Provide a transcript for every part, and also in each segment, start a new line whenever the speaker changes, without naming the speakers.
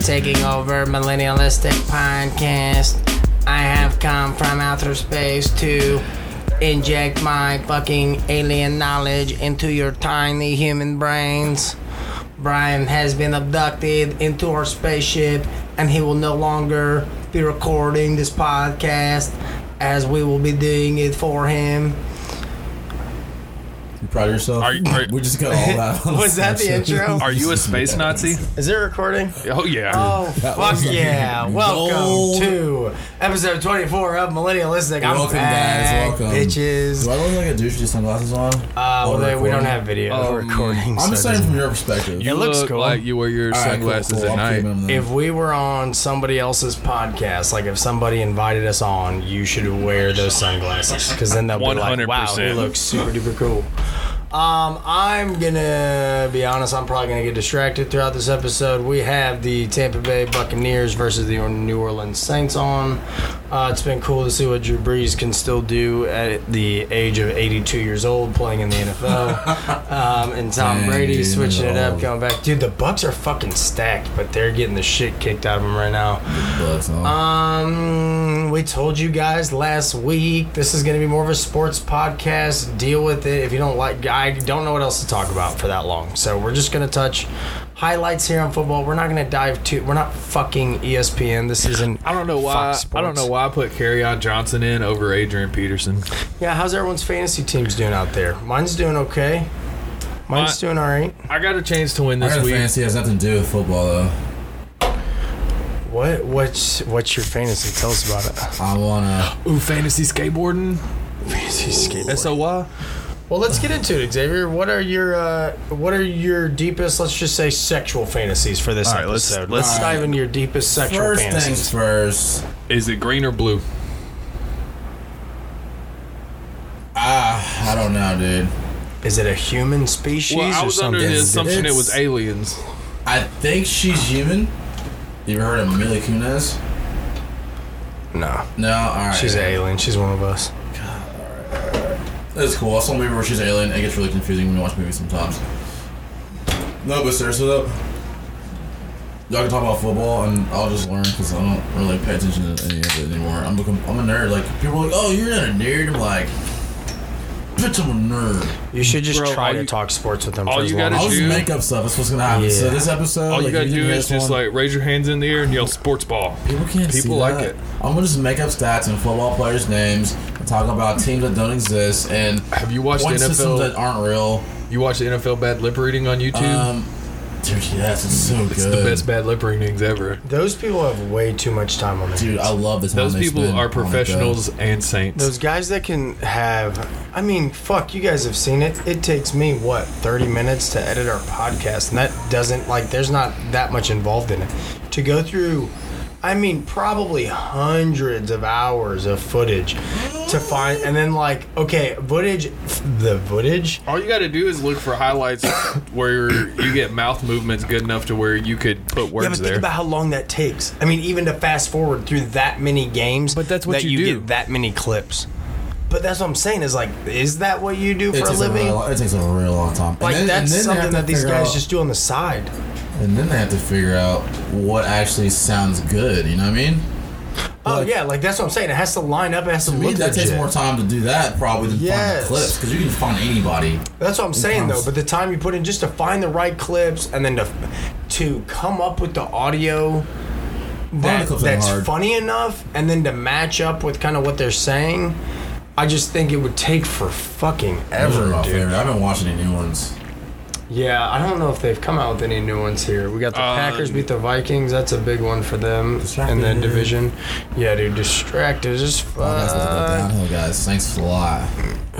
taking over millennialistic podcast. I have come from outer space to inject my fucking alien knowledge into your tiny human brains. Brian has been abducted into our spaceship and he will no longer be recording this podcast as we will be doing it for him.
You proud of yourself?
Are you- are-
we just got all that. on
Was that the
Snapchat.
intro?
Are you a space Nazi?
Is it recording?
Oh yeah.
Oh,
That
fuck
was a
yeah. Welcome
gold.
to episode 24 of Millennialistic. I'm
Welcome,
back,
guys. Welcome,
Bitches.
Do
Uh,
I look like a douche with just sunglasses on?
well,
While
they, we
recording?
don't have video
Um,
recording.
Oh, I'm
so
just
it
saying
doesn't-
from your perspective.
you
It looks
look
cool.
like you wear your
All right, cool,
sunglasses
cool. I'm
at
keeping
night.
them then.
If we were on somebody else's podcast, like if somebody invited us on, you should wear those sunglasses because then they'll be like, "Wow, he
100%.
looks super duper cool." Um, I'm gonna be honest. I'm probably gonna get distracted throughout this episode. We have the Tampa Bay Buccaneers versus the New Orleans Saints on. Uh, it's been cool to see what Drew Brees can still do at the age of 82 years old, playing in the NFL. um, and Tom
Dang,
Brady
dude,
switching it up,
old.
going back. Dude, the Bucks are fucking stacked, but they're getting the shit kicked out of them right now.
But, um,
Um, we told you guys last week this is going to be more of a sports podcast. Deal with it if you don't like. I don't know what else to talk about for that long, so we're just going to touch highlights here on football. We're not going to dive too. We're not fucking E ESPN. This isn't.
I don't know why.
Fox
I don't
Sports.
know why I put Carryon Johnson in over Adrian Peterson.
Yeah, how's everyone's fantasy teams doing out there? Mine's doing okay. Mine's
My-
doing all right.
I got a chance to win
I
this
got a
week.
fantasy has nothing to do with football though.
What what's what's your fantasy? Tell us about it.
I wanna.
Ooh, fantasy skateboarding.
Fantasy skateboard.
SOY.
Well, let's get into it, Xavier. What are your uh, what are your deepest, let's just say, sexual fantasies for this
All right, let's-
episode?
let's-
Let's, dive into your deepest sexual
First
fantasies.
things first.
Is it green or blue?
Ah, I don't know, dude.
Is it a human species
well, I
or
was under
something?
the assumption it
It's-
was aliens.
I think she's human. You ever heard of Mila Kunis?
no,
No, all right.
she's an alien. She's one of us.
That's cool. I saw a movie where she's alien. It gets really confusing when you watch movies sometimes. No, but seriously though, y'all can talk about football, and I'll just learn because I don't really pay attention to any of it anymore. I'm become, I'm a nerd. Like people are like, "Oh, you're not a nerd." I'm like, "Bitch, I'm a nerd."
You should just
Bro, all
try to
you-
talk sports with them.
all
for as
you
long
gotta
as
I'll
do-
just
you-
make up stuff. That's what's gonna happen. So
Yeah.
this episode,
All you
like,
gotta
if didn't
do
hear
is
this
just
one-
like raise your hands in the air and yell sports ball.
people can't. see
people like
that.
it.
I'm gonna just make up stats and football players' names and talk about teams that don't exist and
Have you watched
point
the
systems that
NFL?
aren't real.
You watch the NFL bad lip reading on YouTube?
Um, dude, yes, it's so good.
it's the best bad lip readings ever.
Those people have way too much time on their
Dude, I love this.
Those people are professionals and saints.
Those guys that can have, I mean, fuck, you guys have seen it. It takes me, what, 30 minutes to edit our podcast, and that doesn't, like, there's not that much involved in it. To go through, I mean, probably hundreds of hours of footage to find, and then, like, okay, footage, the footage?
All you got to do is look for highlights where you get mouth movements good enough to where you could
Yeah,
put
but
words
think
there.
about how long that takes. I mean, even to fast forward through that many games,
But that's what
that
you
you
do.
get that many clips. But that's what I'm saying is like, is that what you do
It
for a
takes a,
living?
real, it takes a real long time. And
Like
then- and
that's
then they have
something
to
that these
figure
guys
out-
just do on the side.
And then they have to figure out what actually sounds good. You know what I mean?
Oh
Like-
yeah, like that's what I'm saying. It has to line up. It has to,
To me,
look
that
legit.
takes more time to do that probably than find
Yes.
the clips because you can find anybody.
That's what I'm saying though.
comes-
But the time you put in just to find the right clips and then to to come up with the audio that,
clips
that's
are hard.
funny enough, and then to match up with kind of what they're saying, I just think it would take for fucking
Those are
ever,
my
dude.
favorite. I haven't watched any new ones.
Yeah, I don't know if they've come out with any new ones here. We got the
Um,
Packers beat the Vikings. That's a big one for them in the
Distracted.
division. Yeah, dude, distracted as
Podcast is about
fuck.
downhill, guys. Thanks a lot.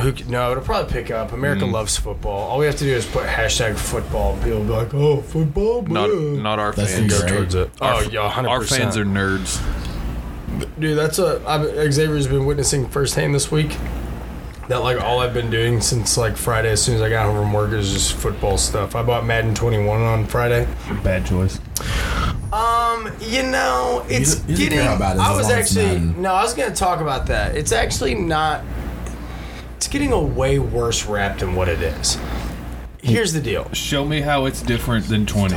Who, c- no, it'll probably pick up. America
Mm.
loves football. All we have to do is put hashtag football, and people will be like, "Oh, football."
Not,
bruh."
not our
That's
fans.
great.
Oh,
Our,
yeah, 100%.
our fans are nerds.
dude, that's a I've, Xavier's been witnessing firsthand this week. That like all I've been doing since like Friday, as soon as I got home from work, is just football stuff. I bought Madden 21 on Friday. Um,
Bad choice.
You know, it's
you don't
getting.
care about it
I
as
was
long as it's
actually
Madden.
no, I was gonna talk about that. It's actually not. It's getting a way worse rap than what it is. here's the deal.
Show me how it's different than 20.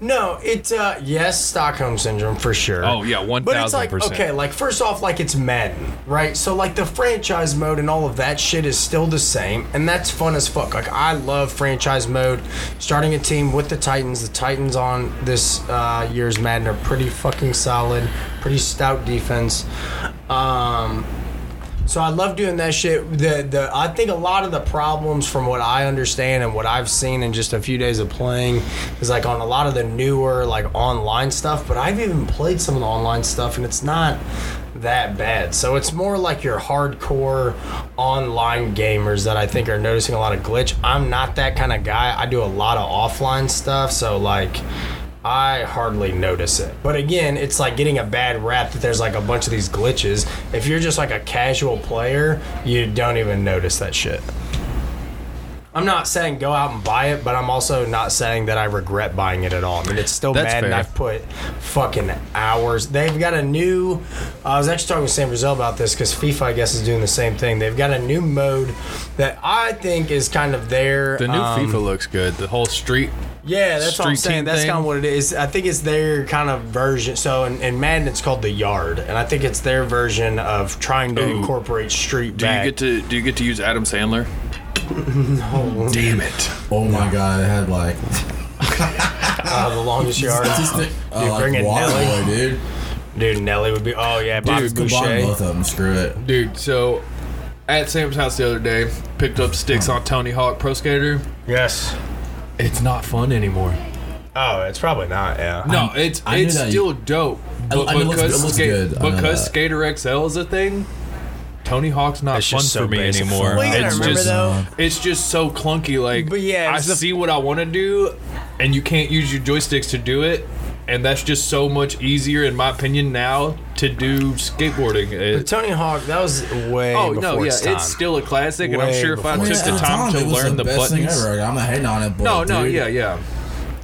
No, it's uh yes, Stockholm syndrome for sure.
Oh, yeah,
But it's like
1000%.
okay, like first off, like it's Madden, right? So like the franchise mode and all of that shit is still the same, and that's fun as fuck. Like I love franchise mode. Starting a team with the Titans, the Titans on this uh, year's Madden are pretty fucking solid, pretty stout defense. Um, so I love doing that shit. The the I think a lot of the problems from what I understand and what I've seen in just a few days of playing is like on a lot of the newer like online stuff, but I've even played some of the online stuff and it's not that bad. So it's more like your hardcore online gamers that I think are noticing a lot of glitch. I'm not that kind of guy. I do a lot of offline stuff, so like I hardly notice it. But again, it's like getting a bad rap that there's like a bunch of these glitches. If you're just like a casual player, you don't even notice that shit. I'm not saying go out and buy it, but I'm also not saying that I regret buying it at all. I mean, it's still
That's
bad, and
fair.
I've put fucking hours. They've got a new. I was actually talking with Sam Brazil about this because FIFA, I guess, is doing the same thing. They've got a new mode that I think is kind of their
The new
um,
FIFA looks good. The whole street.
yeah, that's what I'm
street
saying.
team
That's
thing?
kind of what it is. I think it's their kind of version. So in, in Madden, it's called the Yard, and I think it's their version of trying to
Ooh.
incorporate street.
Do you get to do you get to use Adam Sandler? Damn it.
Oh my god, it had like
uh, the longest yard?
statistic. Uh,
Dude,
like
bring in
Waterboy, dude.
Dude, Nelly would be. Oh yeah, Bobby
Dude, combine both
Boucher.
of them. Screw it.
Dude, so at Sam's house the other day, picked up sticks on Tony Hawk Pro Skater.
Yes.
It's not fun anymore.
Oh, it's probably not. Yeah.
No, it's
I knew
it's
that you-
still dope. But
I mean, it looks-
because,
it looks
Ska-
good. I know
because
that.
Skater XL is a thing, Tony Hawk's not
That's
fun
just so
for me
basic.
anymore.
Well, you gotta
it's
remember
just
though.
it's just so clunky. Like,
But yeah,
I
it's the-
see what I want to do, and you can't use your joysticks to do it. And that's just so much easier, in my opinion, now to do skateboarding.
But
It,
Tony Hawk, that was way.
oh
before
no, yeah,
its, time.
it's still a classic, and I'm
Way
sure if I
before
took
its
the
at
time to
it was
learn the,
best thing
buttons.
ever. I'm not hating on it, but
No, no,
dude,
yeah, yeah.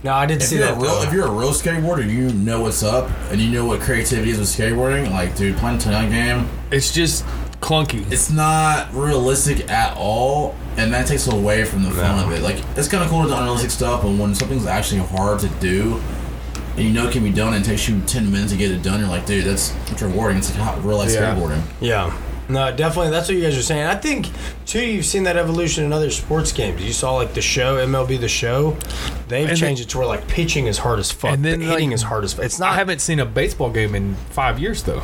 No, I did
If
see
you're, a
that.
real,
though.
if you're a real skateboarder, you know what's up, and you know what creativity is with skateboarding. Like, dude, playing a Tonight game,
It's just clunky.
it's not realistic at all, and that takes away from the fun of it. Like, it's kind of cool to do unrealistic stuff, but when something's actually hard to do, and you know it can be done, and it takes you ten minutes to get it done, you're like, dude, that's it's rewarding. It's like hot real life
Yeah.
skateboarding.
Yeah. No, definitely. That's what you guys are saying. I think too. You've seen that evolution in other sports games. You saw like the show MLB, the show. They've
And
changed
then-
it to where like pitching is hard as fuck.
And
And
then,
then hitting
like,
is hard as fuck. It's
I
not.
haven't seen a baseball game in five years though.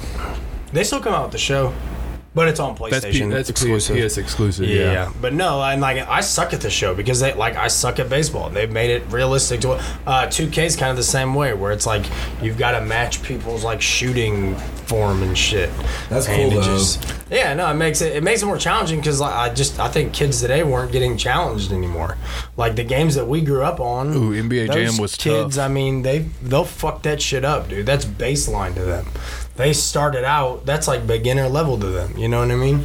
they still come out with the show, but it's on PlayStation.
That's P- that's exclusive. PS exclusive.
Yeah.
Yeah.
but no, and like I suck at this show because they like I suck at baseball. They've made it realistic to uh, 2K is kind of the same way where it's like you've got to match people's like shooting form and shit.
That's
And
cool,
it
though.
yeah, no, it makes it it makes it more challenging because like, I just I think kids today weren't getting challenged anymore. Like the games that we grew up on.
Ooh, NBA
those
Jam was
kids.
tough.
I mean, they they'll fuck that shit up, dude. That's baseline to them. They started out. That's like beginner level to them. You know what I mean?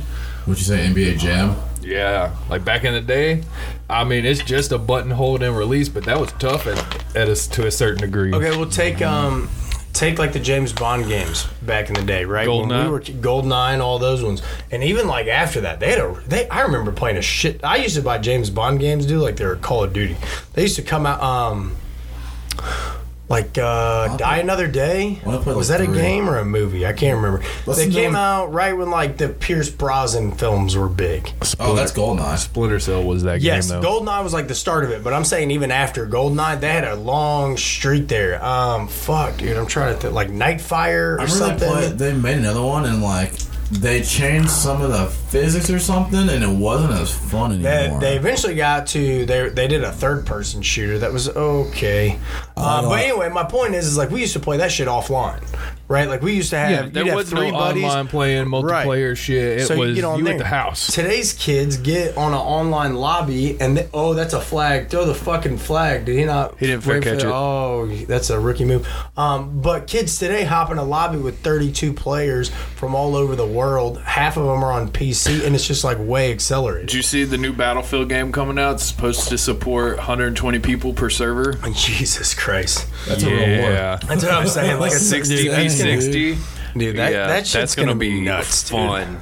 What you say, NBA Jam?
Yeah, like back in the day, I mean, it's just a button hold and release, but that was tough at, at us to a certain degree.
Okay, well take um take like the James Bond games back in the day, right? When
Goldeneye.
we were Goldeneye, all those ones, and even like after that, they had a they. I remember playing a shit. I used to buy James Bond games, dude, like they were Call of Duty. They used to come out um like uh, Die Another Day.
I'll play,
Was
like,
that a
three.
game or a movie? I can't remember.
Let's
they
know-
came out right when like the Pierce Brosnan films were big.
Oh, that's Goldeneye.
Splinter Cell was that
Yes,
game though.
Goldeneye was like the start of it, but I'm saying even after Goldeneye, they had a long streak there. Um, fuck, dude, I'm trying to think, like Nightfire or
I remember they,
something.
played, they made another one and like they changed some of the physics or something, and it wasn't as fun
They,
anymore.
they eventually got to they they did a third person shooter that was okay, uh, but anyway, my point is is like we used to play that shit offline, right? Like we used to have
yeah,
you'd
there
have
was no
three buddies.
online playing multiplayer shit. It
So you
was
get
you,
on
at
there.
the house.
Today's kids get on an online lobby and they, oh, that's a flag. Throw the fucking flag. Did he not?
He didn't
wait for
catch
the-
it.
Oh, that's a rookie move. Um, but kids today hop in a lobby with 32 players from all over the world. Half of them are on PC, and it's just like way accelerated.
Did you see the new Battlefield game coming out? It's supposed to support 120 people per server.
Jesus Christ.
that's a real war.
That's what I'm saying. Like a 60
60 v 60.
Dude, that, that shit's
that's
going
gonna
to be nuts. dude.
fun.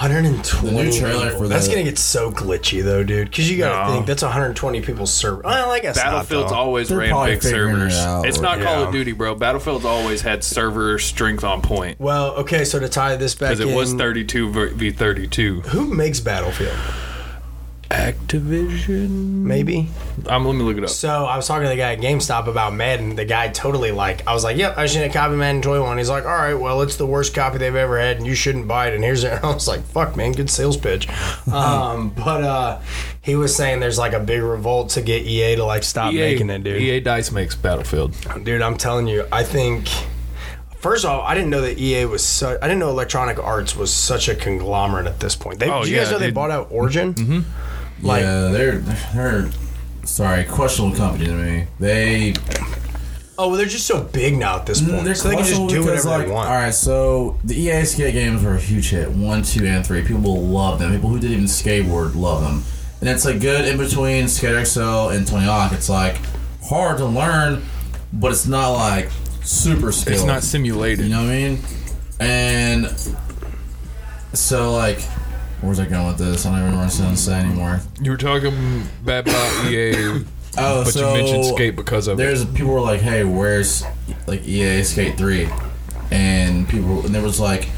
The
120.
new trailer for
That's
the-
gonna get so glitchy though, dude. Because you gotta
No.
think that's 120 people's server. Well, I guess not,
Battlefield's
though.
always
They're
ran
probably
big
figuring it
servers.
out,
it's
or-
not Call
Yeah.
of Duty, bro. Battlefield's always had server strength on point
Well, okay, so to tie this back
because it was
in,
32 ver- v 32.
who makes Battlefield?
Activision.
Maybe.
Um, let me look it up.
So I was talking to the guy at GameStop about Madden. The guy totally like, I was like, "Yep, I shouldn't copy Madden 21." He's like, "All right, well, it's the worst copy they've ever had, and you shouldn't buy it." And here's it. I was like, "Fuck, man, good sales pitch." Um, but uh, he was saying there's like a big revolt to get EA to like stop
E
making it, dude.
EA Dice makes Battlefield.
Dude, I'm telling you, I think. First of all, I didn't know that EA was such. I didn't know Electronic Arts was such a conglomerate at this point. They,
Oh,
do you guys
yeah,
know they
dude.
bought out Origin? Mm-hmm. Like,
yeah, they're they're sorry, questionable company to me. They
oh, well, they're just so big now at this point.
Mm, they're
so they can just
questionable
do
because,
whatever
like,
they want.
All right, so the EA skate games were a huge hit. One, two, and three. People love them. People who didn't even skateboard love them. And it's like good in between Skate XL and Tony Hawk. It's like hard to learn, but it's not like super skilled.
It's not simulated.
You know what I mean? And so like, where's I going with this? I don't even remember what I was saying anymore.
You were talking bad about EA,
Oh,
but
so
you mentioned Skate because of it.
there's people were like, "Hey, where's like EA Skate 3?" And people and there was like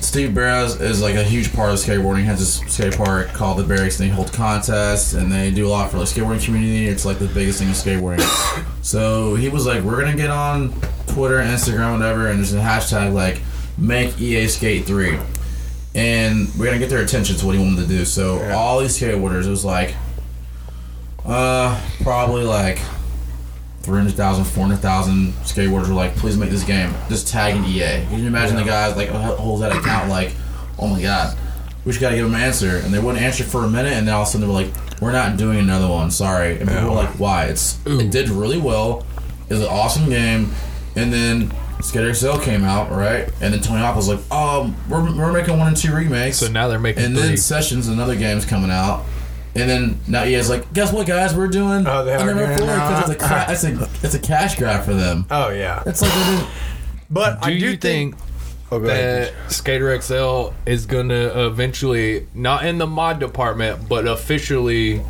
Steve Barrows is like a huge part of skateboarding. Has this skate park called the Barracks, and they hold contests and they do a lot for the skateboarding community. It's like the biggest thing in skateboarding. so he was like, "We're gonna get on Twitter, Instagram, whatever, and there's a hashtag like Make EA Skate 3." And we're gonna get their attention. Is what he wanted to do. So all these skateboarders, it was like, uh, probably like 300,000, 400,000 skateboarders were like, please make this game. Just tag an EA. Can you imagine the guys like who holds that account like, oh my god, we just gotta give them an answer, and they wouldn't answer for a minute, and then all of a sudden they were like, we're not doing another one, sorry. And people were like, why? It's it did really well. It was an awesome game, and then. Skate XL came out, right? And then Tony Hawk was like, um, we're, we're making one and two remakes.
so now they're making
And
three.
then Sessions, another game's coming out. And then now EA's like, guess what, guys? We're doing
Oh, they are
another
doing
floor,"
it.
'cause it's a, ca- it's, a, it's a cash grab for them.
oh yeah,
It's like, they didn't-
but
do
I do
you think,
Oh, go ahead.
that Skater XL is gonna eventually, not in the mod department, but officially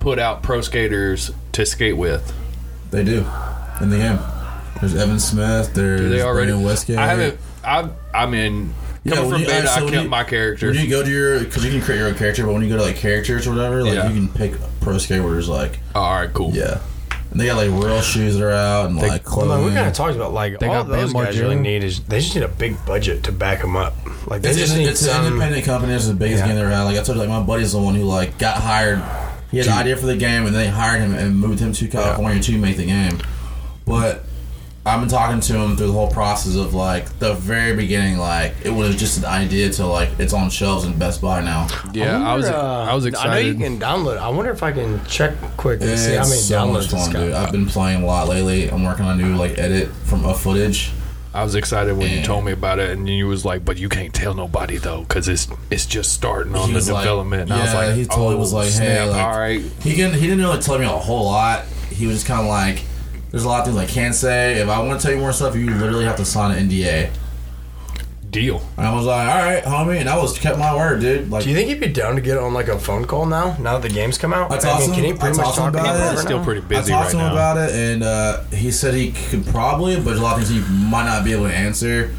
put out pro skaters to skate with?
they do in the game. There's Evan Smith. There's
Do they already?
Brandon Westgate.
I haven't. I. I mean,
Yeah,
coming
when
from
you-
beta,
uh, so
I
when
kept
you-
my
When
characters.
you go to your, because you can create your own character, but when you go to like characters or whatever, like
Yeah.
you can pick pro skateboarders. Like,
Oh, All right, cool.
yeah, and they got like real shoes that are out and like
Well,
clothing.
like, we kind of talked about like all
got
those
Bam
guys really
Margera.
need is they just need a big budget to back them up. Like they
It's,
just
an-
need
it's um, an
some.
independent company. It's the biggest
Yeah.
game they're at. Like I told you, like my buddy's the one who like got hired. He had the idea for the game, and they hired him and moved him to California to make the game. But I've been talking to him through the whole process of like the very beginning. Like it was just an idea to like it's on shelves in Best Buy now.
Yeah, I, was.
wonder, uh,
I was excited.
I know you can download. it. I wonder if I can check quick and
It's
see how many
so much
downloads
fun,
it's got.
dude. I've been playing a lot lately. I'm working on a new like edit from a footage.
I was excited when you
And-
told me about it, and you was like, "But you can't tell nobody though, because it's it's just starting on
He
the
was like-
development." and I was
yeah,
like,
he totally
"Oh,
was like,
snap,
hey, like,
all right."
He didn't. He didn't really tell me a whole lot. He was just kind of like, "There's a lot of things I can't say. If I want to tell you more stuff, you literally have to sign an NDA."
Deal.
And I was like, "All right, homie," and I was kept my word, dude. Like,
Do you think he'd be down to get on like a phone call now? Now that the game's come out,
That's
I
awesome.
mean, can he pretty
That's
much
awesome
talk
about
about
it.
it?
It's
It's still pretty
I
busy
talked
right
to him
now.
about it, and uh, he said he could probably, but there's a lot of things he might not be able to answer.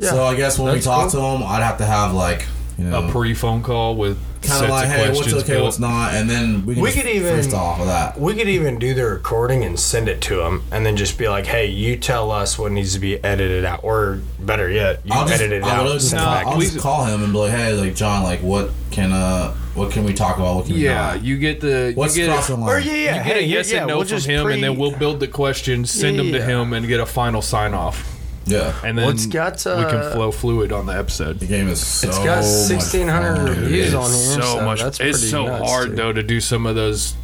Yeah,
so I guess when we
that's
talk to him, I'd have to have like, you know,
a pre-phone call with
kind of um,
sets
like,
of
"Hey, what's
questions
okay,
built.
what's not," and then we can
We
just
could even-
freestyle off of that.
We could even do the recording and send it to him, and then just be like, "Hey, you tell us what needs to be edited out, or better yet, you
I'll just,
edit it
I'll
out."
literally just,
send it
No,
call,
back.
I'll just
we-
call him and be like, hey, like John, like what can uh, what can we talk about? What can we
Yeah,
not?
you get the
What's
you get
crossing the
Or
line?
yeah,
you
yeah,
get
hey,
a yes
yeah,
and no
we'll
from
just
him,
pre-
and then we'll build the questions, send them to
Yeah.
him, and get a final sign off,
yeah.
and then
Well, it's got,
we
uh,
can flow fluid on the episode.
The game is so.
It's got
much
1600
fun, dude.
reviews
It's-
on here,
so,
so
much.
that's
it's
pretty
so
nuts,
hard
dude.
though to do some of those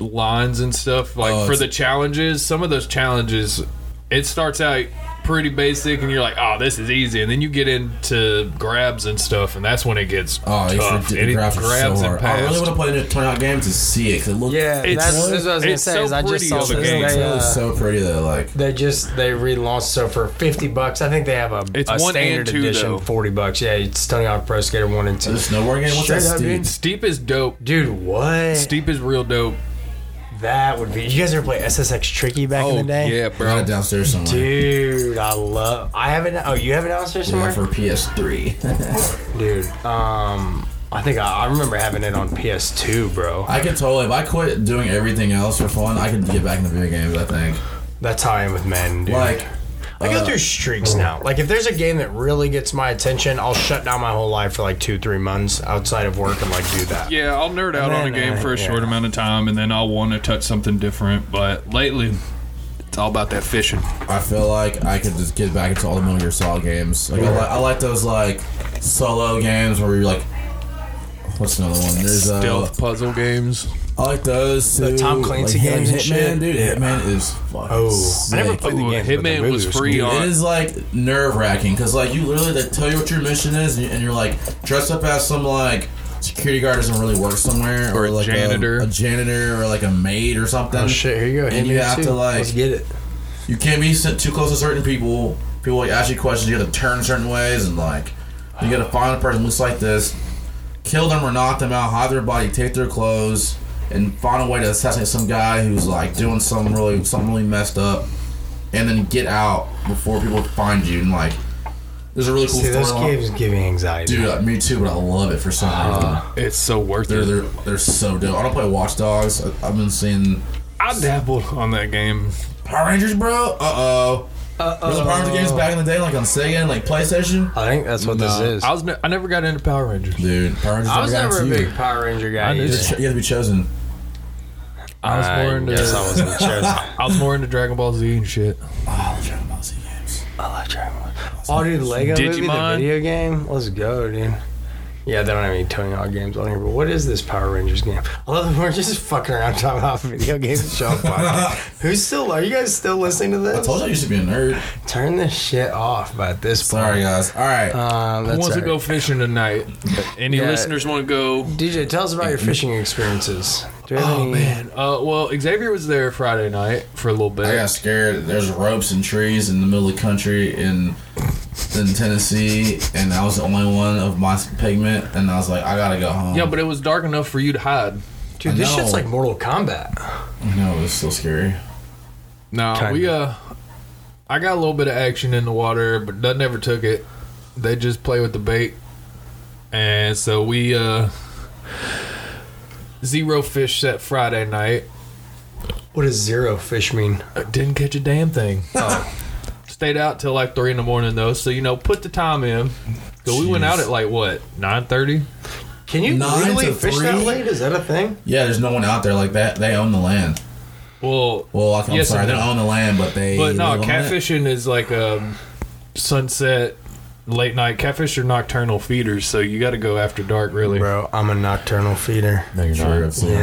lines and stuff like
Oh,
for
it's-
the challenges. Some of those challenges, it starts out pretty basic, and you're like, "Oh, this is easy," and then you get into grabs and stuff, and that's when it gets
Oh, you
tough.
should
And
the
it
graphics are
grabs
so hard.
and
Oh, I really
passes.
want to play the turnout game to see it because it looks
Yeah, that's,
It's-
that's what I was gonna
it's
say.
so
is I just
pretty
saw
of a
this.
game.
It's
They,
really
uh,
so pretty though. Like
they just they relaunched so for fifty bucks. I think they have a,
It's
a
one and
standard
two,
edition
though.
forty bucks. Yeah, it's Tony Hawk Pro Skater one and two.
the snowboard game. What's
Straight
that,
up,
Steve?
Steep is dope.
Dude, what?
Steep is real dope.
That would be. You guys ever play SSX Tricky back in
Oh
the day?
yeah,
I got
bro.
it downstairs somewhere.
Dude, I love. I haven't. Oh, you have it downstairs
Yeah,
somewhere,
for PS3.
dude. Um, I think I, I remember having it on PS2, bro.
I could totally. If I quit doing everything else for fun, I could get back into video games. I think.
That's how I am with men, dude.
Like,
I go
uh,
through streaks now. Like if there's a game that really gets my attention, I'll shut down my whole life for like two, three months outside of work and like do that.
Yeah, I'll nerd out on a
then,
game
uh,
for a
yeah.
short amount of time, and then I'll want to touch something different. But lately, it's all about that fishing.
I feel like I could just get back into all the Metal Gear Solid games. Like, I, like, I like those like solo games where you're like, what's another one? There's uh,
Stealth puzzle games.
I like those. Too.
The Tom Clancy
like,
games
Hitman,
and shit.
dude. Hitman is fucking.
Oh,
sick.
I never played the
Ooh,
game. but the
Hitman
movie
was free
cool.
on-
It is like nerve wracking because like you literally they tell you what your mission is and you- and you're like dressed up as some like security guard doesn't really work somewhere
Or a
like
janitor.
a, janitor or like a maid or something.
Oh shit! Here you go.
And you
Hitman
have
2.
to, like-
Let's get it.
You can't be sent too close to certain people. People like ask you questions. You got to turn certain ways and like you got to find a person who looks like this, kill them or knock them out, hide their body, take their clothes, and find a way to assassinate some guy who's like doing something really something really messed up, and then get out before people find you. And like, there's a really cool
See, those
storyline.
games give me anxiety.
Dude, uh, me too, but I love it for some reason.
It's so worth
they're,
it.
they're they're so dope. I don't play Watch Dogs. I, I've been seeing
I dabbled on that game.
Power Rangers, bro. Uh oh. Remember the Power Rangers games back in the day, like on Sega and like PlayStation?
I think that's what this is.
I was ne- I never got into Power Rangers.
Dude, Power Rangers
I was
never got
never a
to you.
big Power Ranger
I
guy.
knew
either.
that.
You have to be chosen.
I was more into
Yes, I was in the chosen.
I was more into Dragon Ball Z and shit.
Oh, the Dragon Ball Z games.
I love Dragon Ball. Oh, dude, Lego movie, the
Digimon?
video game. Let's go, dude. Yeah, they don't have any Tony Hawk games on here, but what is this Power Rangers game? I love that we're just fucking around talking about video games. Show Who's still? Are you guys still listening to
I
this?
told you I used to be a nerd.
Turn this shit off. By this point,
Sorry, guys. All right.
Um,
Who
that's
wants to
all
go fishing tonight? Any
Yeah.
listeners want to go?
right. DJ, tell us about your fishing experiences. Do you have
Oh
any-
man. Uh, well, Xavier was there Friday night for a little bit.
I got scared. There's ropes and trees in the middle of the country in in Tennessee, and I was the only one of my pigment, and I was like, I gotta go home.
Yeah, but it was dark enough for you to hide.
dude, this
I know.
shit's like Mortal Kombat.
no, it was so scary.
No,
Kinda.
we uh, I got a little bit of action in the water, but Dud never took it. They just play with the bait, and so we uh, zero fish set Friday night.
What does zero fish mean?
Uh, Didn't catch a damn thing.
Oh.
Stayed out till like three in the morning though, so you know, put the time in. So we went
Jeez.
out at like what nine thirty.
Can you
Nine
legally
to
fish
three?
that late? Is that a thing?
Yeah, there's no one out there like that. They own the land.
Well,
Well, I'm
Yes,
sorry,
and
they
no.
own the land, but they.
But no,
live on it.
catfishing is like um sunset, late night. Catfish are nocturnal feeders, so you got to go after dark, really.
Bro, I'm a nocturnal feeder.
No, you're not. Absolutely,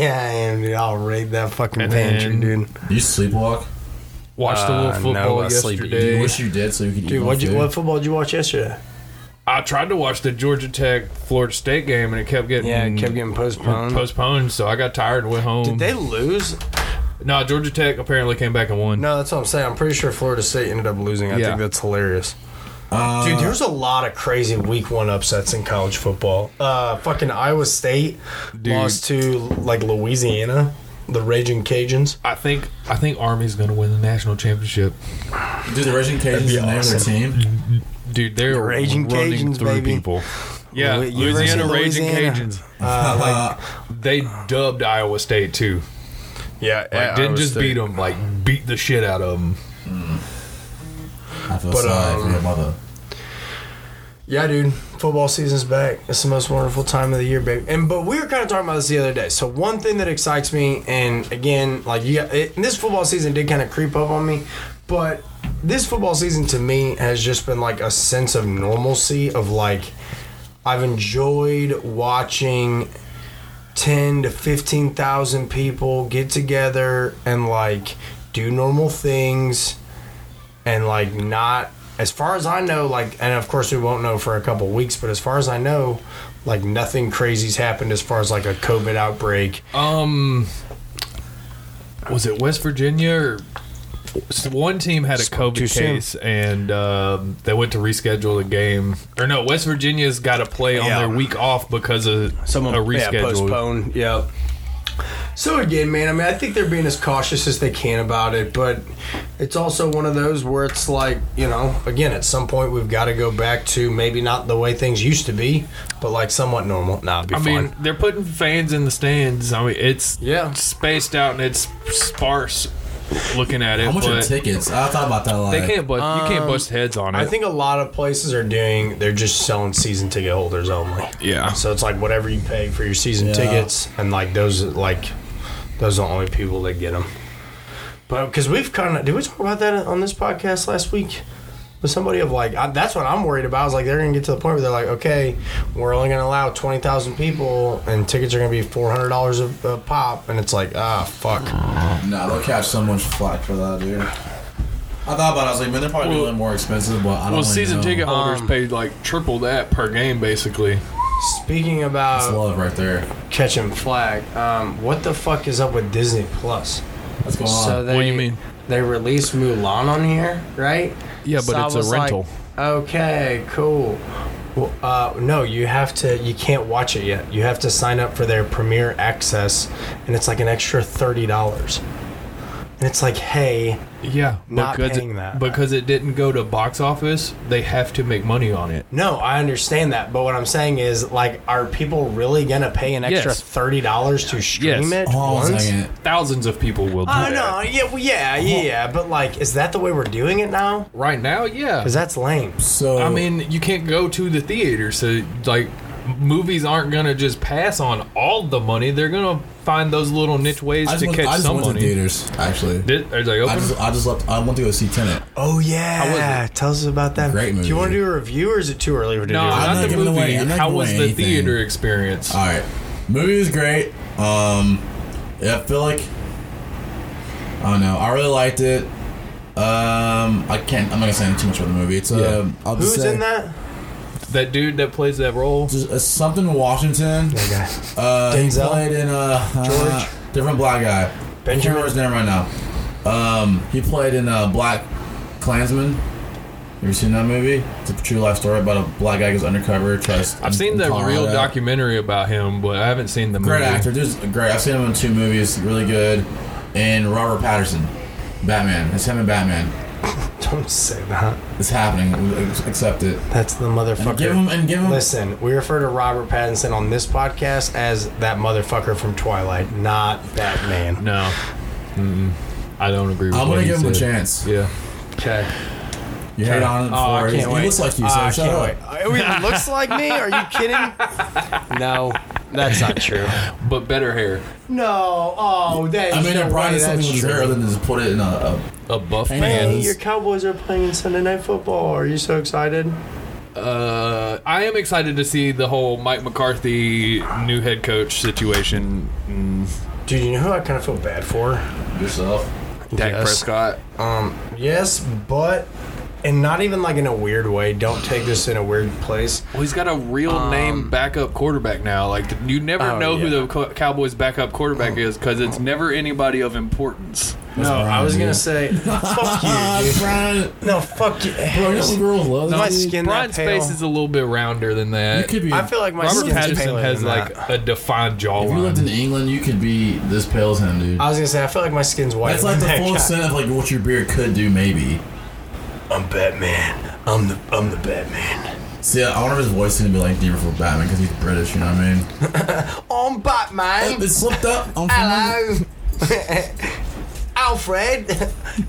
yeah, I am, dude. I'll raid that fucking
And
pantry,
then-
dude.
You sleepwalk?
Watched a little
Uh, no,
football
I sleep
You
yesterday.
wish you did so you could eat
Dude,
more
what you,
food.
what football did you watch yesterday?
I tried to watch the Georgia Tech Florida State game, and it kept getting
getting postponed.
postponed. So I got tired and went home.
did they lose?
no, Georgia Tech apparently came back and won.
No, that's what I'm saying. I'm pretty sure Florida State ended up losing. I
Yeah.
think that's hilarious. Dude, there's a lot of crazy week one upsets in college football. Uh, fucking Iowa State lost to like Louisiana, the Raging Cajuns.
I think I think Army's gonna win the national championship.
Dude, the Raging Cajuns is the name of their team.
Dude, they're
Raging
running
Cajuns,
through
baby.
people. Yeah,
Lu- University
Louisiana,
of
Raging
Louisiana.
Cajuns.
Uh, like,
They dubbed Iowa State too.
yeah,
Like,
yeah,
didn't
Iowa
just
State.
beat them, like beat the shit out of them.
I feel
But,
sorry
um,
for your mother.
Yeah, dude. Football season's back. It's the most wonderful time of the year, baby. And but we were kind of talking about this the other day. So one thing that excites me, and again, like yeah, it, and this football season did kind of creep up on me, but this football season to me has just been like a sense of normalcy of like I've enjoyed watching ten to fifteen thousand people get together and like do normal things and like not as far as I know, like and of course we won't know for a couple weeks, but as far as I know, like nothing crazy's happened as far as like a COVID outbreak.
Um, was it West Virginia or s- one team had a
Spoke too
COVID
soon.
case and um, they went to reschedule the game? Or no, West Virginia's got to play on
Yeah.
their week off because of
Someone
a
yeah,
reschedule.
postponed. Yep. So again, man, I mean, I think they're being as cautious as they can about it, but it's also one of those where it's like, you know, again, at some point we've got to go back to maybe not the way things used to be, but like somewhat normal. Nah, it'd be
I
fine.
mean, they're putting fans in the stands. I mean, it's
Yeah.
spaced out and it's sparse. Looking at it,
How much are
but
tickets? I thought about that. Like,
they can't. But you can't bust heads on it.
I think a lot of places are doing they're just selling season ticket holders only.
Yeah.
So it's like whatever you pay for your season
Yeah.
tickets, and like those, like those are the only people that get them. But because we've kind of did we talk about that on this podcast last week? With somebody of like I, that's what I'm worried about. Is like they're gonna get to the point where they're like, okay, we're only gonna allow twenty thousand people, and tickets are gonna be four hundred dollars a a pop, and it's like ah fuck.
Nah, they'll catch so much flack for that, dude. I thought about. it. I was like, man, they're probably
Well-
doing it more expensive, but I don't.
Well,
really
season
know.
ticket holders
Um,
paid like triple that per game, basically.
Speaking
uh,
That's
about
love right there.
catching flag, um, what the fuck is up with Disney Plus?
What's going on?
So they,
do you mean?
They released Mulan on here, right?
Yeah, but
I
it's a
was like,
rental.
okay, cool. Well, uh, no, you have to. You can't watch it yet. You have to sign up for their premiere access, and it's like an extra thirty dollars. And it's like, hey,
Yeah,
Not
because
paying
it,
that.
because it didn't go to box office. They have to make money on it.
no, I understand that, but what I'm saying is, like, are people really gonna pay an extra
Yes.
thirty dollars to stream
Yes.
it
Hold on a
once?
second.
Thousands of people will do
Oh
that.
no, yeah, well, yeah, yeah, but like, is that the way we're doing it now?
Right now, yeah.
Because that's lame.
So
I mean, you can't go to the theater, so like movies aren't gonna just pass on all the money. They're gonna find those little niche ways
I
to
just, went,
catch
I just
some
went to
money.
theaters actually.
Did, are they
I
open?
just I just left. I went to go see Tenet.
Oh yeah,
was
tell us about that.
Great
Do you want to
movie.
do a review, or is it too early to do?
no,
it?
I'm
not
not
the
giving
movie.
away- I'm not
How
giving
was
away
the
anything. Uh,
theater experience?
All right, movie was great. Um, yeah, I feel like I don't know. I really liked it. Um, I can't. I'm not gonna say too much about the movie. It's uh, I'll just
Who's
say,
in that?
that dude that plays that role.
Just, uh, something Washington.
Okay.
Uh, he
Denzel?
played in uh,
George?
uh, different black guy. I can't
Benjamin.
remember his name right now. Um, he played in uh, Black Klansman. You ever seen that movie? It's a true life story about a black guy goes undercover. Tries.
I've seen the real documentary about him, but I haven't seen the
Great
movie.
actor, dude's great. I've seen him in two movies, really good. And Robert Patterson, Batman. It's him and Batman.
Don't say that.
It's happening. Accept it.
That's the motherfucker.
Give him and give him.
Listen, we refer to Robert Pattinson on this podcast as that motherfucker from Twilight, not Batman.
No, Mm-mm. I don't agree. with
I'm
what
gonna
he
give him a
said.
chance.
Yeah,
Okay.
You hate on him
Oh, I
for it.
can't
He
wait.
looks like you. So
Uh, I
shut
can't
up.
wait. Oh, he looks like me? Are you kidding? No, that's not true.
but better hair,
No. Oh, that's
I mean,
no
I brought
way,
in something
that's
with her
true.
other than just put it in uh, a. a
a buff
Hey,
Hey,
man.
man.
your Cowboys are playing in Sunday Night Football. Are you so excited?
Uh, I am excited to see the whole Mike McCarthy new head coach situation.
Dude, you know who I kind of feel bad for?
yourself.
Dak
Yes.
Prescott.
Um, yes, but, and not even like in a weird way. Don't take this in a weird place.
Well, Oh, he's got a real name backup quarterback now. Like th- you never
Um, Oh,
know who
yeah.
the Co- Cowboys backup quarterback is because it's never anybody of importance.
No, I was gonna
Brian,
say, fuck you, dude.
Brian,
No, fuck you.
bro, you know some girls love
my
that dude.
skin that
Brian's
pale.
face is a little bit rounder than
You
that.
could be.
I feel like my
Robert
skin's
Patterson
paler
has
than
like
that.
a defined
If you lived
jawline.
in England, you could be this pale as him, dude.
I was gonna say, I feel like my skin's white.
That's like the full extent of like what your beard could do, maybe.
I'm Batman. I'm the I'm the Batman.
See, I wonder if his voice is gonna be like deeper for Batman because he's British. You know what I mean?
I'm Batman.
It slipped up. I'm
Hello. Alfred,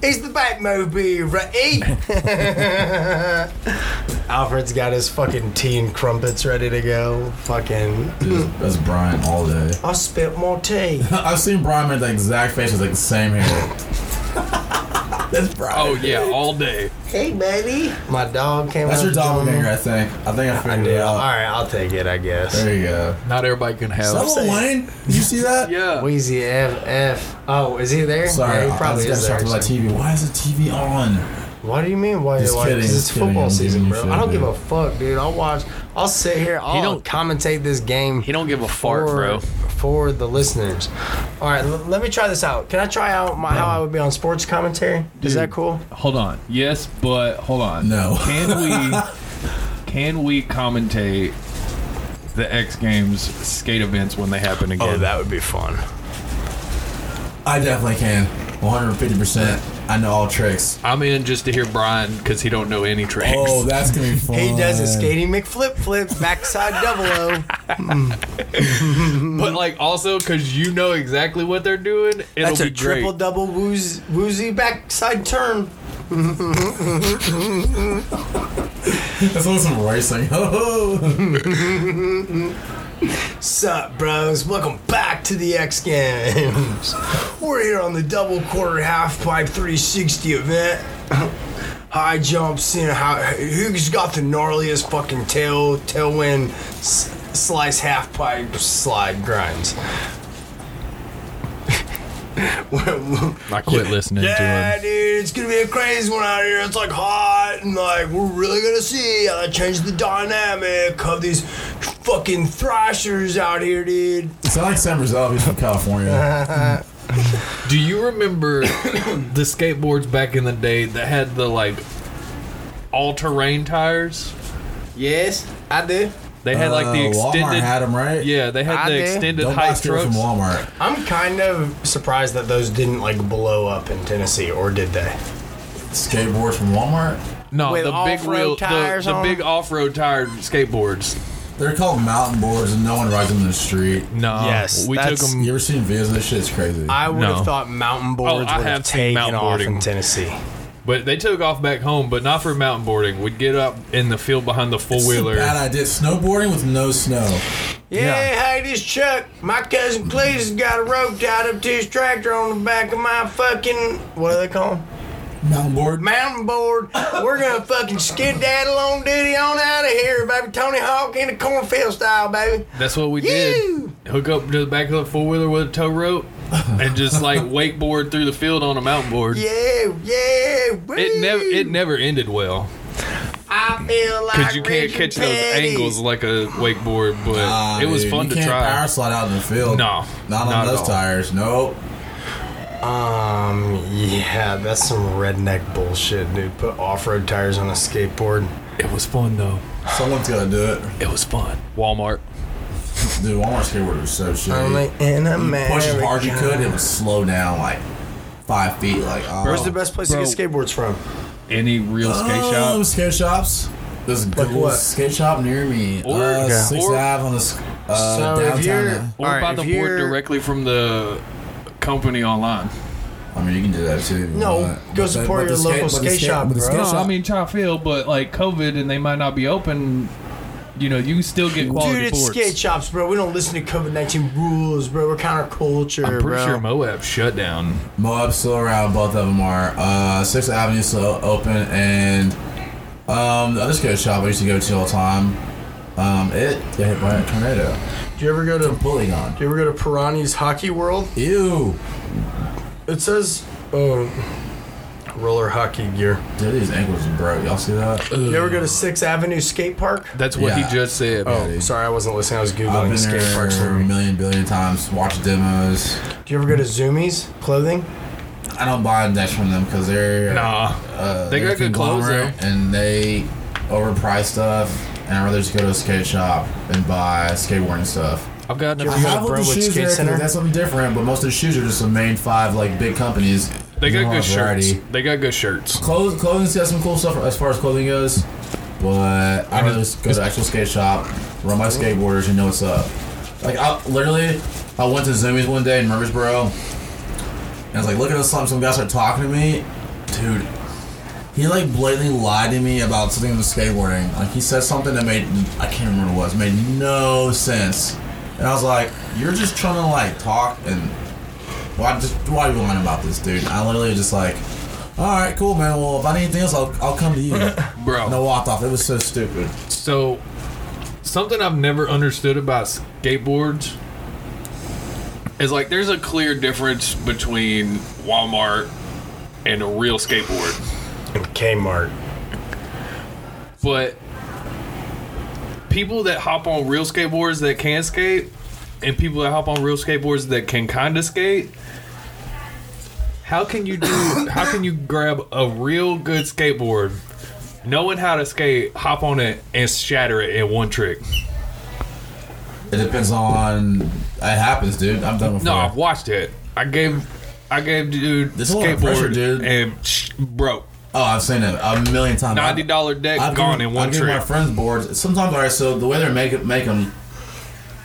is the Batmobile ready? Alfred's got his fucking tea and crumpets ready to go. Fucking,
Dude, that's Brian all day.
I spit more tea.
I've seen Brian make the exact face with like the same hair. that's Brian.
Oh yeah, all day.
Hey, baby. My dog came
That's
out.
your
to join
doppelganger,
me.
I think. I think I
I
figured
do.
it
All
out.
right, I'll take it, I guess.
There you go.
Not everybody can have.
Double
saying-
Wayne, did you see that?
Yeah.
Wheezy F F. Oh, is he there?
Sorry,
Yeah,
I-
he probably
I just
is
got
there.
distracted by
actually.
TV. Why is the TV on?
Why do you mean? Why?
Just
why?
kidding,
'Cause it's
just kidding,
football
I'm giving
season,
you
bro.
shit,
I don't give a
dude.
fuck, dude. I'll watch. I'll sit here. I'll
don't-
commentate this game.
He don't give a fart,
for,
bro.
For the listeners. All right, l- let me try this out. Can I try out my how I would be on sports commentary? Is that cool?
Hold on. Yes, but hold on.
No.
Can we can we commentate the X Games skate events when they happen
Oh,
again?
would be fun.
I definitely can. 150%. I know all tricks.
I'm in just to hear Brian because he don't know any tricks.
Oh, that's gonna be fun.
He does a skating McFlip flip backside double O.
but like also because you know exactly what they're doing. It'll
That's
be
a triple
great.
double woozy, woozy backside turn.
That's almost some racing. Oh,
Sup, bros? Welcome back to the X Games. We're here on the double quarter half pipe 360 event. High jumps, you know, how, who's got the gnarliest fucking tail, tailwind, s- slice half pipe, slide grinds?
I quit listening to
yeah,
him.
dude, it's gonna be a crazy one out here. It's like hot, and like we're really gonna see how that changes the dynamic of these fucking thrashers out here, dude.
it's not like Sam Rizal, he's from California.
Do you remember the skateboards back in the day that had the like all terrain tires?
Yes, I do.
They had like the
Uh, Walmart
extended.
had him right.
yeah, they had
I
the
did.
extended
Don't buy
height
shit from
trucks.
Walmart.
I'm kind of surprised that those didn't like blow up in Tennessee, or did they?
Skateboards from Walmart.
No,
With
the big
off-road
wheel, the,
tires
the
on 'em?
big off-road tired skateboards.
They're called mountain boards, and no one rides them in the street.
No,
Yes,
we took
that's-
them.
You ever seen videos of this shit? It's crazy.
I would
No. Oh,
have thought mountain boards would
I
have,
have seen
taken
mountain
off in
boarding.
Tennessee.
But they took off back home, but not for mountain boarding. We'd get up in the field behind the four
It's a bad
wheeler.
idea. Snowboarding with no snow.
Yeah, hey, this Chuck. My cousin Cleese has got a rope tied up to his tractor on the back of my fucking what do they call 'em?
Mountain board.
mountain board. We're gonna fucking skedaddle on duty on out of here, baby. Tony Hawk in the cornfield style, baby.
That's what we did.
Yew.
Hook up to the back of the four wheeler with a tow rope and just like wakeboard through the field on a mountain board.
Yeah, yeah.
It never
woo.
it never ended well
I feel like
because you can't
Richard
catch those
Petty.
angles like a wakeboard. But
Ah,
it was
dude,
fun
you
to
can't
try.
Power slide out in the field.
No,
not
not
on
at
those
all.
tires. Nope.
Um, yeah, that's some redneck bullshit, dude. Put off-road tires on a skateboard.
It was fun though.
Someone's gotta do it.
It was fun. Walmart.
Dude, Walmart skateboarders are so shitty.
Only in America.
Push as hard as you could, it would slow down like five feet. Like, oh.
Where's the best place
Bro.
to get skateboards from?
Any real skate
Um,
shop.
Oh, skate shops. There's a good
what?
skate shop near me.
Or-
uh,
Okay.
Sixth
or-
Ave on the s- uh,
So if
downtown.
you're-
now.
Or
All right,
buy
if
the board
you're-
directly from the company online.
I mean, you can do that too. if you
No,
want.
go
But the-
support
but
your
the
local
but the
skate shop,
but the
bro.
skate
No,
shop-
trying to feel, but like COVID and they might not be open. You know, you still get
Dude, it's skate shops, bro. We don't listen to COVID nineteen rules, bro. We're counterculture,
I'm pretty
bro.
sure Moab shut down.
Moab's still around. Both of them are. Uh, Sixth Avenue still open, and um, the other skate shop I used to go to all the time. Um, it got hit by a tornado.
do you ever go to? Do
Polygon.
you ever go to Pirani's Hockey World?
Ew.
It says, oh, roller hockey gear.
Dude, these ankles are broke. Y'all see that?
You ever go to Sixth Avenue Skate Park?
That's what
Yeah.
he just said.
Oh,
dude.
sorry, I wasn't listening. I was
I've
googling
been
skate
there
parks.
a million billion times. Watch demos.
Do you ever go to Zoomies clothing?
I don't buy decks from them because they're
Nah.
uh,
They
they're
got good clothes,
conglomerate and they overprice stuff. And I'd rather just go to a skate shop and buy skateboarding stuff.
I've gotten
I
a
You got have- Brentwood Skate
there, 'cause
Center?
That's something different, but most of the shoes are just the main five like big companies.
They
There's
got
not a
good
variety.
shirts. They got good shirts.
Clothes, clothing's got some cool stuff as far as clothing goes, but I rather just go to actual skate shop, run my skateboarders, and know what's up. Like I literally, I went to Zoomies one day in Murfreesboro, and I was like looking at something. Some guy started talking to me, dude. He like blatantly lied to me about something with skateboarding. Like he said something that made I can't remember what it was made no sense, and I was like, "You're just trying to like talk and why just why are you lying about this, dude?" I literally was just like, "All right, cool, man. Well, if I need anything else, I'll, I'll come to you." and
Bro.
I walked off. It was so stupid.
So, something I've never understood about skateboards is like there's a clear difference between Walmart and a real skateboard.
Kmart.
but people that hop on real skateboards that can skate and people that hop on real skateboards that can kind of skate how can you do how can you grab a real good skateboard knowing how to skate hop on it and shatter it in one trick
It depends on. It happens, dude. I've done it
no
before.
i've watched it i gave i gave dude
There's a lot of
skateboard
pressure, dude.
and sh- broke
Oh, I've seen it a million times.
ninety dollar deck
I've
gone
given-
in one
I've given
trick.
my friends boards. Sometimes, all right. So the way they make it, make them,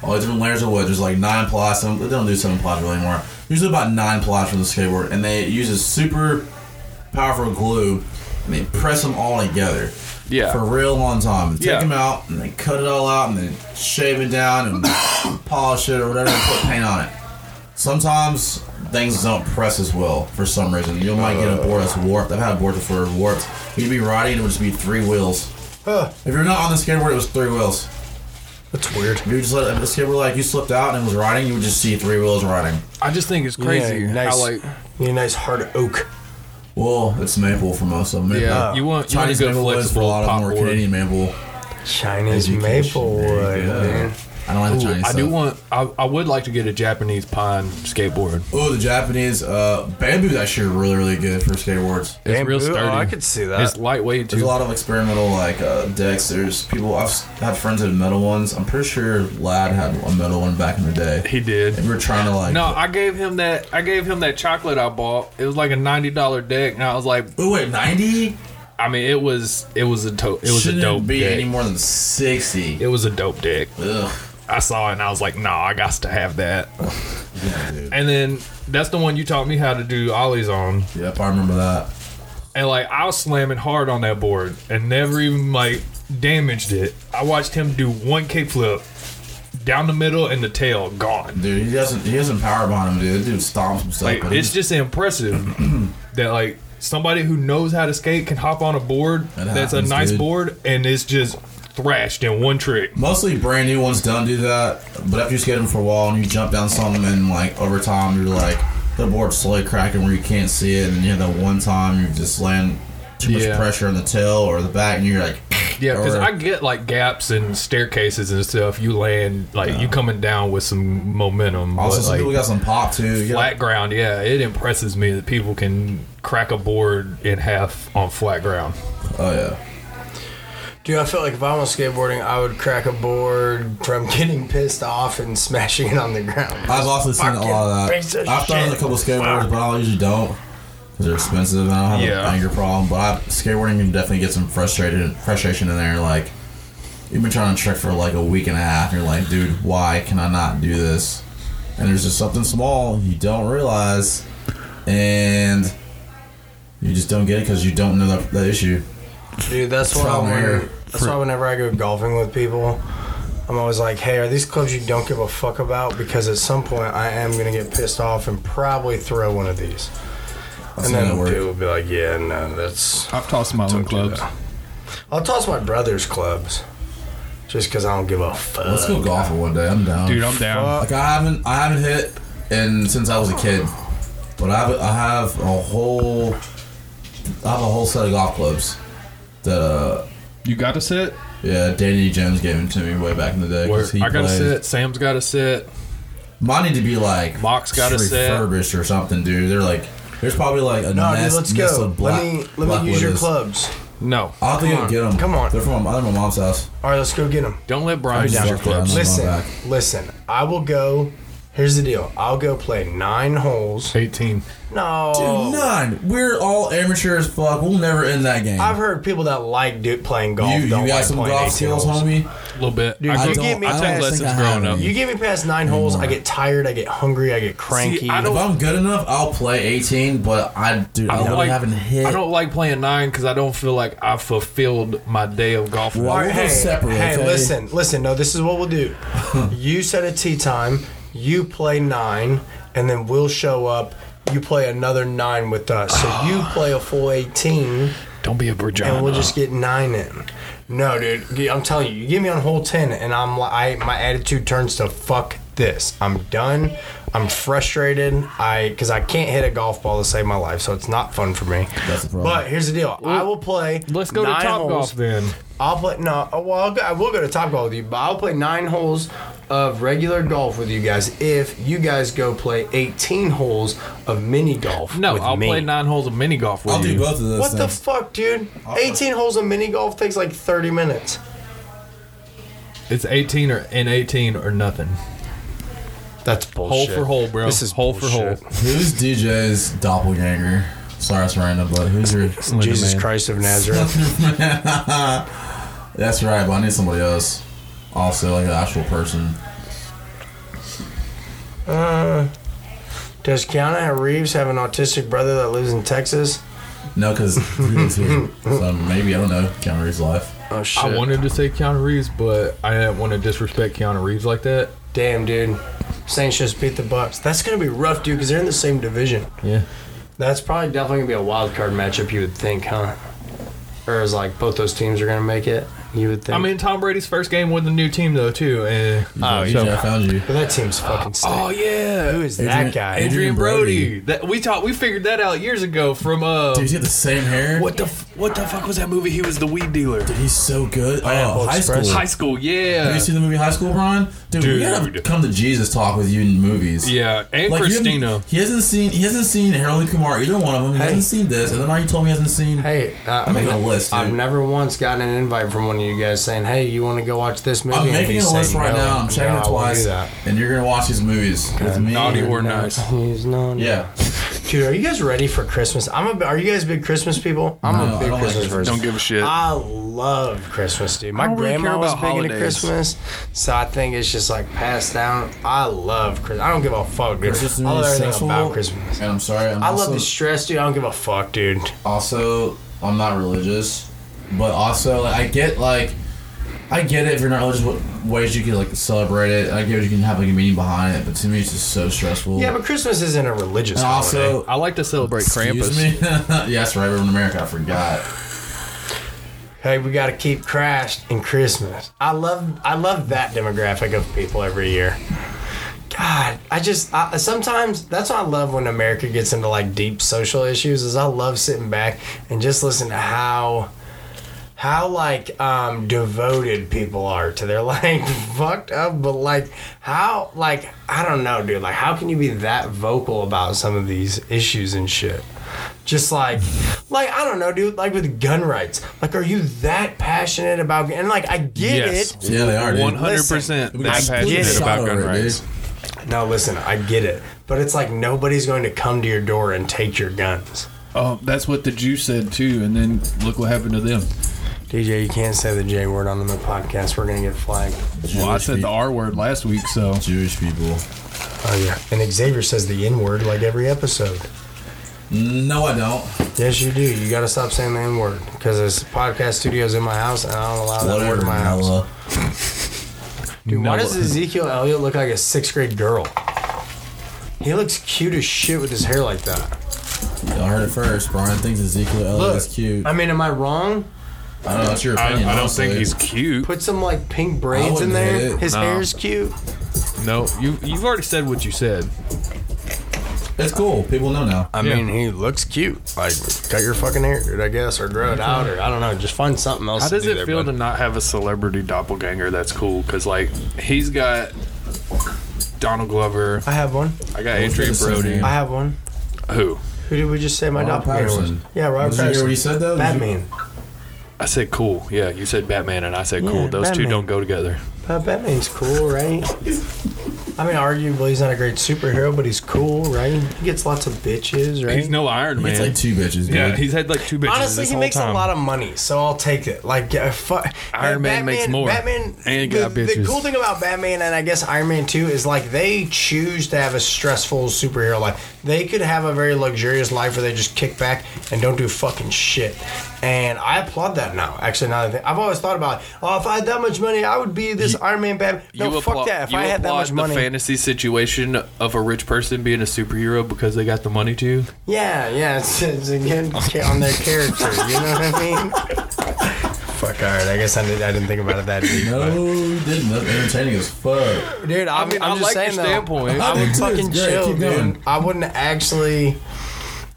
all the different layers of wood. There's like nine ply. Some they don't do seven ply really anymore. Usually about nine ply for the skateboard, and they use a super powerful glue, and they press them all together.
Yeah.
For real long time. And take
Yeah.
them out, and they cut it all out, and then shave it down, and polish it or whatever, and put paint on it. Sometimes things don't press as well for some reason. You might get a board
Uh.
that's warped. I've had a board before warped. You'd be riding, and it would just be three wheels.
Huh,
If you're not on the skateboard, it was three wheels.
that's weird.
If you just let if the skateboard like you slipped out and it was riding, you would just see three wheels riding.
i just think it's crazy
Yeah,
how
nice.
like
Need a nice hard oak.
Well, it's maple for most of them. Maple.
yeah you want you want a
Chinese
good
maple is for a
flexible
lot of them
pop
or
board.
Canadian maple.
Chinese
Education.
maple
There you
wood,
go.
man.
I don't like the Chinese.
I do
stuff.
want. I, I would like to get a Japanese pine skateboard.
Oh, the Japanese uh, bamboo's actually really, really good for skateboards.
It's real
Bamboo? Oh,
sturdy.
I could see that.
It's lightweight
There's a
too.
lot of experimental like uh, decks. There's people I've s- had friends that had metal ones. I'm pretty sure Lad had a metal one back in the day.
he did.
And we were trying to like.
No, I gave him that. I gave him that chocolate I bought. It was like a ninety dollar deck, and I was like,
Oh wait, ninety?
I mean, it was it was a dope. It was
Shouldn't
a dope
be any
deck.
more than sixty.
It was a dope deck.
Ugh.
I saw it and I was like, nah, I got to have that.
Yeah, dude.
And then that's the one you taught me how to do ollies on.
Yep, I remember that.
and like I was slamming hard on that board and never even like damaged it. I watched him do one kickflip down the middle and the tail gone.
Dude, he doesn't he doesn't power behind him, dude. That Dude stomps himself.
Like
but he
it's just impressive that like somebody who knows how to skate can hop on a board
That
that's a
happens,
nice
dude.
board and it's just thrashed in one trick.
mostly brand new ones don't do that. But after you skate them for a while and you jump down something and like over time you're like the board's slowly cracking where you can't see it and you have that one time you just land too much
Yeah.
pressure on the tail or the back and you're like
Yeah, because
or-
I get like gaps and staircases and stuff. You land like you coming down with some momentum.
also
but,
some
like,
people got some pop too. You
flat
got-
ground yeah it impresses me that people can crack a board in half on flat ground
oh yeah.
Dude, I felt like if I was skateboarding, I would crack a board from getting pissed off and smashing it on the ground.
I've also seen a lot
Fucking piece
of
of
that. I've done
shit.
a couple of skateboards, but I usually don't because they're expensive and I don't have
Yeah.
an anger problem. But I, skateboarding can definitely get some frustrated frustration in there. Like you've been trying to trick for like a week and a half, and you're like, dude, why can I not do this? And there's just something small you don't realize, and you just don't get it because you don't know that, that issue.
Dude, that's why
Trial and
whenever,
error.
that's why whenever I go golfing with people, I'm always like, "Hey, are these clubs you don't give a fuck about?" Because at some point, I am gonna get pissed off and probably throw one of these.
seen
and then
that work.
people will be like, "Yeah, no, that's."
i've tossed my own clubs
I'll toss my brother's clubs, just because I don't give a fuck.
Let's go golfing one day. I'm down.
dude i'm down
Like I haven't, I haven't hit, and since I was a kid, but I have, I have a whole, I have a whole set of golf clubs. That uh,
you got a set
yeah, Danny Jones gave them to me way back in the day. 'cause he
i got a
played.
set sam's got a set
Mine need to be like
Mock's got a set.
refurbished or something, dude. They're like, there's probably like a
No,
nest,
dude, let's
nest
go.
of black.
let me let me use your
blackwooders.
clubs.
no
I'll have to go get them.
Come on.
they're from I'm at my mom's house.
All right, let's go get them.
don't let brian
I'm
use
down
your
for that.
clubs
I'm not
Listen,
back.
listen. I will go. Here's the deal. I'll go play nine holes.
18
No,
Dude, nine. We're all amateur as fuck. We'll never end that game.
I've heard people that like do, playing golf
you, you
don't
got
like
some
playing
golf
18
skills,
holes.
homie.
a little bit
Dude,
i
you
took,
get me
I took
past-
lessons
I
growing
have
up
any.
You get me past nine holes, I get tired, I get hungry, I get cranky.
I
If
don't-
I'm good enough, I'll play 18, but I dude, I,
I
really
don't, like,
haven't hit.
I don't like playing nine because I don't feel like I fulfilled my day of golf.
Why-
All right,
We'll go
hey,
separately,
hey,
okay?
listen, listen. No, this is what we'll do. you set a tee time. You play nine, and then we'll show up. You play another nine with us. So you play a full eighteen,
Don't be a Virginia.
and we'll just get nine in. No, dude, I'm telling you, you get me on hole ten, and I'm like, I my attitude turns to fuck this. I'm done. I'm frustrated. I because I can't hit a golf ball to save my life, so it's not fun for me.
That's the problem.
But here's the deal. I will play.
Let's go to
nine
Top
holes.
Golf then.
I'll play no. oh, Well, I'll go, I will go to Top Golf with you, but I'll play nine holes of regular golf with you guys if you guys go play 18 holes of mini golf.
No,
with
I'll
me.
play nine holes of mini golf with
I'll
you.
do both of those
What the
things.
fuck, dude? 18 holes of mini golf takes like 30 minutes.
It's 18 or and 18 or nothing.
That's
Hole
bullshit.
for hole, bro.
This is
hole
bullshit.
for hole.
who's DJ's doppelganger? Sorry, it's random, but who's your?
Jesus
man.
Christ of Nazareth.
That's right, but I need somebody else. Also, like an actual person.
Does Keanu Reeves have an autistic brother that lives in Texas?
No, because so maybe I don't know. Keanu Reeves' life.
Oh shit!
I wanted to say Keanu Reeves, but I didn't want to disrespect Keanu Reeves like that.
Damn, dude. Saints just beat the Bucks. That's gonna be rough, dude, because they're in the same division.
Yeah.
That's probably definitely gonna be a wild card matchup. You would think, huh? Or is like both those teams are gonna make it. You would think.
I mean, Tom Brady's first game with the new team though too. And
Oh,
so-
I found you.
but that team's fucking. sick.
Oh yeah.
Who is
Adrian-
that guy?
Adrian-
Adrian Brody.
Brody.
That we taught we figured that out years ago from uh
Dude, he's got the same hair.
what the f- what the fuck was that movie? He was the weed dealer.
He's so good.
Pineapple
Oh, high
Express.
school.
High school,
Have
yeah.
you seen the movie High School, Ron? Dude, we gotta
Dude.
come to Jesus talk with you in movies.
Yeah, and
Like, you haven't-
Christina.
He hasn't seen. He hasn't seen Harold and Kumar. Either one of them. He
Hey.
hasn't seen this. And then now you told me he hasn't seen.
Hey, uh, I
I'm
mean,
making a list, dude.
I've never once gotten an invite from one of you guys saying, "Hey, you want to go watch this movie?"
I'm
And
making
he
a
said,
list right
"No,
now. I'm checking
no, I
it
won't
twice.
do that."
And you're gonna watch these movies with me.
Naughty or
Yeah.
nice.
He's not.
Yeah.
Dude, are you guys ready for Christmas? I'm a. bi- Are you guys big Christmas people? I'm
No,
a
I
big
don't like
Christmas
Christmas.
person.
Don't give a shit.
I love Christmas, dude. My
don't really
grandma
care
was big
about
into
holidays.
Christmas, so I think it's just like passed down. I love Christmas. I don't give a fuck, dude.
Christmas
I love
is
everything
stressful,
about Christmas.
And I'm sorry. I'm
I
also,
love the stress, dude. I don't give a fuck, dude.
also I'm not religious, but also like, I get like I get it if you're not religious what ways you can like celebrate it. I get it you can have like a meaning behind it, but to me it's just so stressful.
Yeah, but Christmas isn't a religious
and
holiday.
also
I like to celebrate
excuse
Krampus.
me. yeah, that's right. We're in America. I forgot.
Hey, we gotta keep Crash and Christmas. I love, I love that demographic of people every year. God, I just I, sometimes that's what I love when America gets into like deep social issues. Is I love sitting back and just listen to how how like um devoted people are to their like fucked up, but like how like I don't know, dude. Like how can you be that vocal about some of these issues and shit? Just like, like I don't know, dude. Like with gun rights, like are you that passionate about? And like I get
Yes.
it.
Yeah, they are. Dude.
One hundred percent
We
that
got split
get it.
passionate
shot
about gun
over it,
rights.
dude.
No, listen, I get it, but it's like nobody's going to come to your door and take your guns.
Oh, that's what the Jew said too. And then look what happened to them.
DJ, you can't say the J word on the podcast. We're gonna get flagged.
Well, I
Jewish
said the
people-
R word last week, so
Jewish people.
Oh yeah, and Xavier says the N word like every episode.
No, I don't.
Yes, you do. You gotta stop saying the N word because this podcast studio's in my house, and I don't allow that word
Whatever,
in my house.
Noah.
Dude, why
No.
does Ezekiel Elliott look like a sixth grade girl? He looks cute as shit with his hair like that.
I heard it first. Brian thinks Ezekiel Elliott is cute.
I mean, am I wrong?
I don't know. That's your
I,
opinion.
I don't
honestly.
think he's cute.
Put some like pink braids in
wouldn't hate
there.
it.
His
No.
hair's cute.
No, you you've already said what you said.
It's cool. People know now.
I
Yeah.
mean, he looks cute. Like, cut your fucking hair, dude, I guess, or grow it out, or I don't know. Just find something else.
How does
to do
it
there,
feel
bud.
to
Not have a celebrity doppelganger. That's cool because like he's got Donald Glover.
I have one.
I got Adrian
the
Brody.
same
I have one.
Who?
Who did we just say my
Robert
doppelganger
Pattinson.
was? Yeah, Robert
Did you hear what he
Pattinson.
said though? Did you-
Batman.
I said cool. Yeah, you said Batman, and I said
Yeah,
cool. Those two
Batman.
don't go together.
Uh, Batman's cool, right? I mean, arguably he's not a great superhero, but he's cool, right? He gets lots of bitches, right?
He's no Iron Man.
It's like two bitches.
yeah,
dude.
he's had like two bitches.
Honestly,
this
he
whole
makes
time.
a lot of money, so I'll take it. Like, yeah, fu-
Iron Man makes more.
Batman
And he
the-
got
the,
bitches.
cool thing about Batman and I guess Iron Man too is like they choose to have a stressful superhero life. They could have a very luxurious life where they just kick back and don't do fucking shit. And I applaud that now. Actually, now that I think, I've always thought about, oh, if I had that much money, I would be this Iron Man Batman. No,
You
fuck
appla-
that. If
you
I had that
applaud
much money,
the fantasy situation of a rich person being a superhero because they got the money to.
yeah, yeah, it's, it's again on their character. You know what I mean? Fuck fuck. All right, I guess I, did, I didn't think about it that deep.
No,
but-
you didn't. That's entertaining as fuck.
Dude, I'm, I
I
am
mean, I
just
like
saying
your
though,
standpoint.
I would
It's
fucking
great.
chill,
Keep
dude.
going.
I wouldn't actually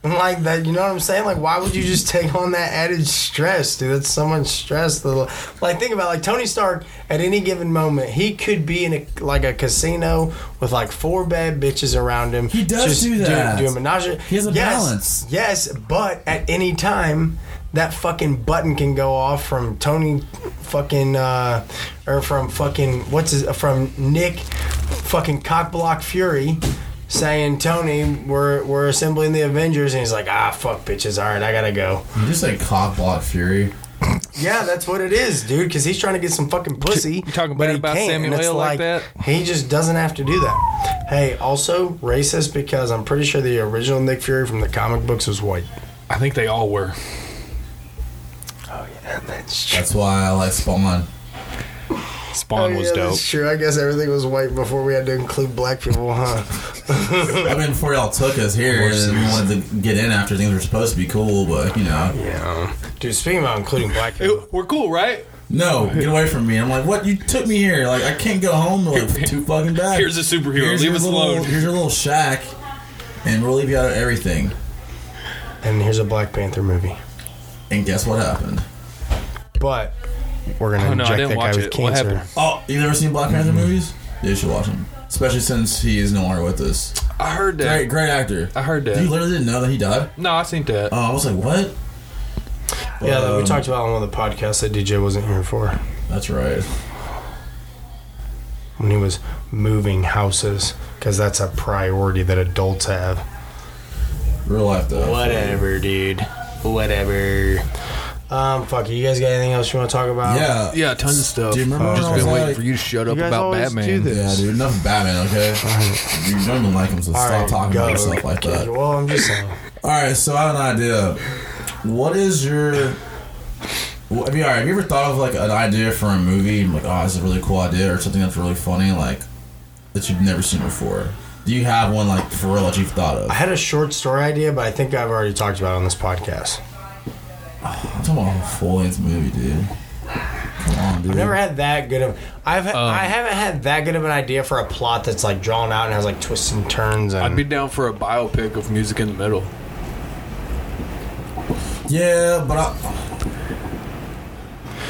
like that. You know what I'm saying? Like, why would you just take on that added stress, dude? That's so much stress. The- Like, think about it, like Tony Stark. At any given moment, he could be in a like a casino with like four bad bitches around him.
He does do that.
Do, a menage. a-
He has a
yes,
balance.
Yes, but at any time. That fucking button can go off from Tony, fucking, uh, or from fucking what's his from Nick, fucking cockblock Fury, saying Tony, we're we're assembling the Avengers, and he's like, ah, fuck bitches, all right, I gotta go.
You just like cock block fury.
Yeah, that's what it is, dude, because he's trying to get some fucking pussy. You
talking bad about Samuel L. like that?
He just doesn't have to do that. Hey, also racist because I'm pretty sure the original Nick Fury from the comic books was white.
I think they all were.
Oh, That's
That's why I like Spawn.
Spawn was dope.
Oh, That's true. I guess everything was white before we had to include black people, huh?
I mean, before y'all took us here, and we wanted to get in after things were supposed to be cool, but you know,
Yeah. Dude, speaking about including black people,
We're cool, right?
no, get away from me. I'm like, what? You took me here. Like, I can't go home to like two fucking bags.
Here's a superhero. Leave
your
us
little,
alone.
Here's your little shack, and we'll leave you out of everything.
and here's a Black Panther movie.
And guess what happened?
But we're gonna
Oh, no, I
inject
didn't
that guy
watch
with
it. What
cancer.
happened?
Oh, you've never seen Black
Mm-hmm.
Panther movies? You should watch them, especially since he is no longer with us.
I heard that.
Great, great actor.
I heard
You
that.
literally didn't know that he died.
No, I seen that.
Oh, I was like, what?
Yeah, that we
Um,
talked about on one of the podcasts that DJ wasn't here for
That's right.
when he was moving houses because that's a priority that adults have.
Real life though.
Whatever, dude. Whatever. Um, fuck. You guys got anything else you want to talk about?
Yeah.
Yeah, tons of stuff.
Do you remember? when I
Just
was
been waiting
like-
for you to shut up
guys
about
always
Batman.
do this.
Yeah, dude. Enough of Batman, okay? you don't even like him, so
All
stop
right,
talking
go.
about yourself like that.
Okay, Well, I'm just saying.
All right, so I have an idea. What is your? Well, I mean, all right, have you ever thought of like an idea for a movie? and, Like, oh, that's a really cool idea, or something that's really funny, like that you've never seen before. Do you have one like for real that you've thought of?
I had a short story idea, but I think I've already talked about it on this podcast.
I'm talking about a full length movie, dude. Come on, dude.
I've never had that good of. I've I
Um.
haven't had that good of an idea for a plot that's like drawn out and has like twists and turns and.
I'd be down for a biopic of music in the middle.
Yeah, but I.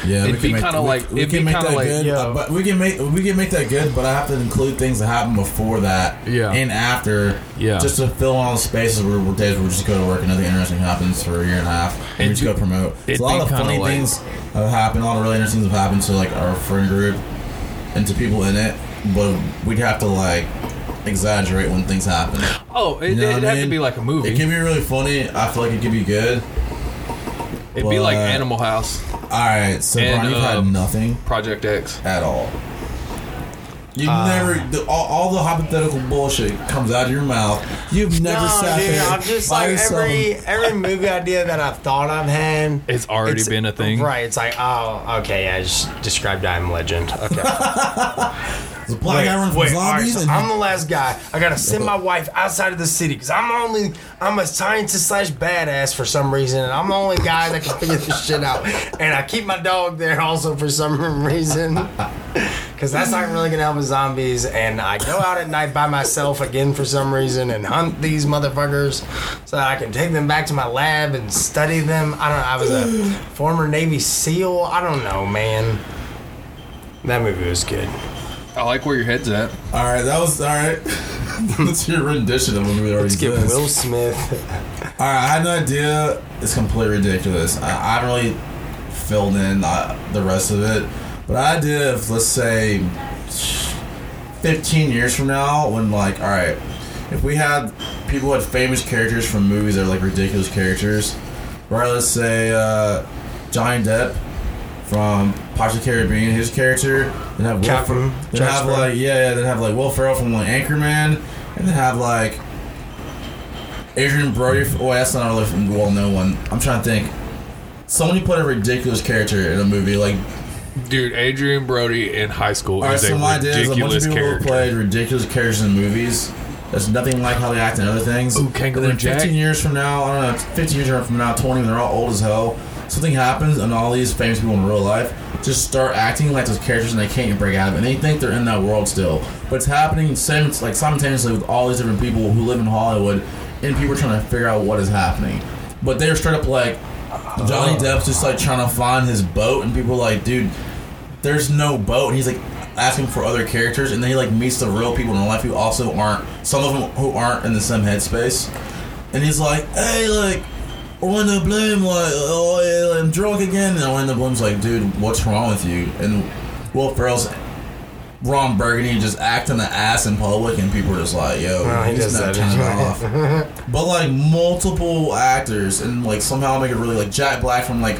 Yeah,
It'd
we can
be
make-
kinda
we-
like-
we
it'd
can
be
make
kinda
that
like-
good,
Yeah.
uh, but we can make we can make that good, but I have to include things that happen before that,
Yeah.
and after,
Yeah.
just to fill in all the spaces where where days where we just go to work and nothing interesting happens for a year and a half, and we
It'd
just
be-
go promote. So
it'd
a lot
be
of
kinda
funny
like-
things have happened. A lot of really interesting things have happened to like our friend group and to people in it, but we'd have to like exaggerate when things happen.
Oh, it,
You know
it'd
what I
have to
mean?
be like a movie.
It can be really funny. I feel like it could be good.
it'd be like
but-
Animal House,
All right, so
And,
Brian, you've had
um,
nothing
Project X.
at all. You've
Uh,
never the, all, all the hypothetical bullshit comes out of your mouth. You've never
no,
sat
dude,
there
I'm just
by
like
yourself.
every every movie idea that I've thought I've had.
It's already
it's-
been a thing.
right? It's like, oh, okay, I just described I am Legend. Okay,
The black guy runs from
wait, all right,
zombies.
so
and
I'm the last guy. I gotta send my wife outside of the city because I'm only I'm a scientist slash badass for some reason, and I'm the only guy that can figure this shit out. And I keep my dog there also for some reason because that's not really gonna help with zombies. And I go out at night by myself again for some reason and hunt these motherfuckers so that I can take them back to my lab and study them. I don't. know. I was a former Navy SEAL. I don't know, man. That movie was good.
I like where your head's at.
all right, that was all right. That's your rendition of a movie that already
Let's get
exists.
Will Smith.
All right, I had an idea. It's completely ridiculous. I, I haven't really filled in uh, the rest of it, but I did. If let's say, fifteen years from now, when like, all right, if we had people who had famous characters from movies that are like ridiculous characters, right? Let's say uh, Johnny Depp from Pirates of the Caribbean, his character, then have Will
Captain
Fer- then
Jack
have
Sparrow.
like yeah, yeah, then have like Will Ferrell from like Anchorman, and then have like. Adrian Brody. Oh, that's not a really well known one. I'm trying to think. Someone who put a ridiculous character in a movie, like
Dude, Adrian Brody in high school
all right,
is a
so my idea is a bunch of
ridiculous
people who
character.
played ridiculous characters in movies. There's nothing like how they act in other things.
Ooh, Kangaroo
And then
Jack.
15 years from now, I don't know, 15 years from now, 20, when they're all old as hell. something happens and all these famous people in real life just start acting like those characters and they can't break out of it. And they think they're in that world still. But it's happening sim- like simultaneously with all these different people who live in Hollywood and people are trying to figure out what is happening. But they're straight up like Johnny
Uh-huh.
Depp's just like trying to find his boat and people are like, dude, there's no boat. And he's like asking for other characters, and then he like meets the real people in real life who also aren't some of them who aren't in the same headspace. And he's like, hey, like Orlando Bloom, like oh, yeah, I'm drunk again. And Orlando Bloom's like, dude, what's wrong with you? And Will Ferrell's Ron Burgundy just acting the ass in public, and people are just like, yo,
Well, he
he's
does that
not turning
anyway.
off but like multiple actors and like somehow make it really like Jack Black from like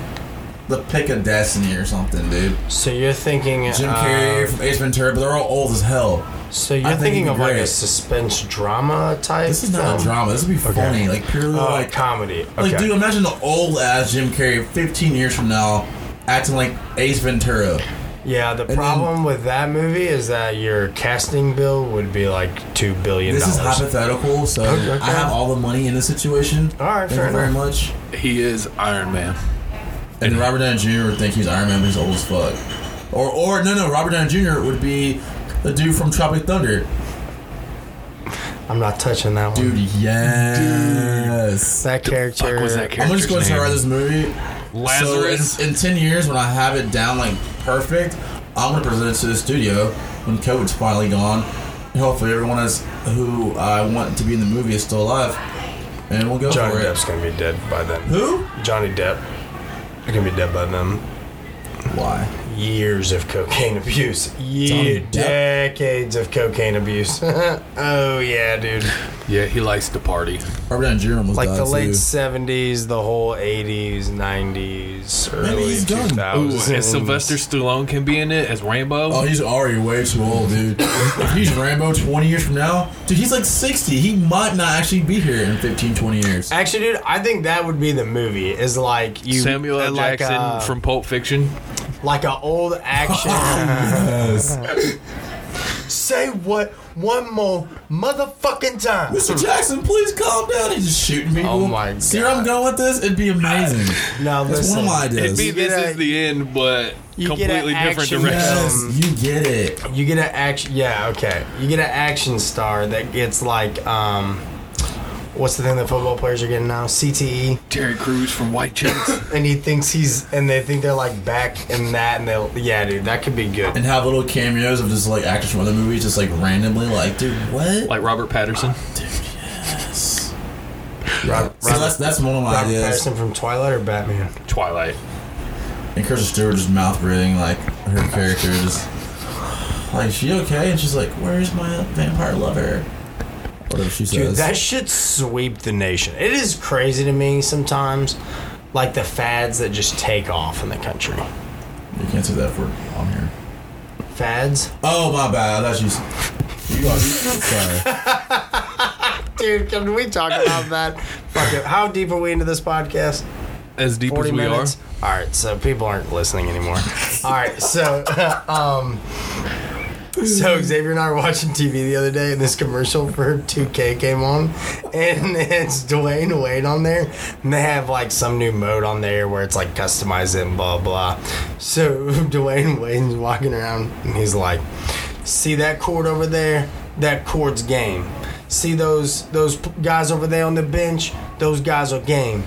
the Pick of Destiny or something, dude.
So you're thinking
Jim
uh,
Carrey from Ace Ventura, but they're all old as hell.
So you're
I think
thinking
it'd
of
be
like a
great.
suspense drama type.
This is not a
film?
drama. This would be funny, like purely
Oh,
like
comedy. Okay.
like dude. Imagine the old ass Jim Carrey, fifteen years from now, acting like Ace Ventura.
yeah, the
then-
problem with that movie is that your casting bill would be like two billion
This is
dollars.
hypothetical, so
Okay, okay.
I have all the money in this situation.
All right,
Thank
fair
you very
enough.
much.
He is Iron Man.
And Robert Downey Jr. would think he's Iron Man, but he's old as fuck. Or, or no, no, Robert Downey Jr. would be the dude from Tropic Thunder.
I'm not touching that one.
Dude, yes.
that character.
Fuck was that character?
I'm just going to try this movie.
Lazarus.
So in, in 10 years, when I have it down like perfect, I'm going to present it to the studio when COVID's finally gone. And hopefully, everyone is, who I want to be in the movie is still alive. And we'll go
Johnny
for it.
Depp's gonna be dead by then.
Who?
Johnny Depp. He's gonna be dead by then.
Why?
Years of cocaine abuse. Year,
Johnny Depp?
decades of cocaine abuse. oh yeah, dude.
Yeah, he likes to party.
Robert Downey Jr. almost
like
died
the late
too.
seventies, the whole eighties, nineties, early
he's done.
two
Ooh,
Oh,
Ooh, and
thousands.
Sylvester Stallone can be in it as Rambo.
Oh, he's already way too old, dude. if he's Rambo 20 years from now, dude, he's like 60. He might not actually be here in 15, 20 years.
Actually, dude, I think that would be the movie. Is like you
Samuel
uh,
L.
like
Jackson
a,
from Pulp Fiction.
like an old action.
Yes.
Say what one more motherfucking time.
Mr. Jackson, please calm down. He's just shooting people.
Oh my
See where I'm
God.
going with this? It'd be amazing.
Now
That's
listen,
one of my
It'd
ideas.
be
You
this
get a-
is the end, but
you get a
completely different
action
direction.
yes,
um,
you get it.
you get an action. Yeah, okay. You get an action star that gets like um, what's the thing that football players are getting now? E? CTE.
Terry Crews from White Chicks.
and he thinks he's and they think they're like back in that and they'll yeah dude that could be good
And have little cameos of just like actors from other movies just like randomly, like, dude, what?
Like Robert Patterson.
Rob,
so that's, that's one of my
Robert
ideas.
Patterson from Twilight or Batman
Twilight.
And Kristen Stewart just mouth breathing like her character just like "Is she okay? And she's like, "Where's my vampire lover?" Whatever she says.
dude that should sweep the nation it is crazy to me sometimes like the fads that just take off in the country
you can't say that word on here.
fads
Oh my bad. I thought you. s- You
dude
are sorry.
can we talk about that fuck it how deep are we into this podcast
As deep as
40
we
minutes all right so people aren't listening anymore all right so um so Xavier and I were watching TV the other day, and this commercial for 2K came on, and it's Dwayne Wade on there, and they have like some new mode on there where it's like customize it and blah blah. So Dwayne Wade's walking around, and he's like, "See that cord over there? That cord's game. See those those p- guys over there on the bench? Those guys are game."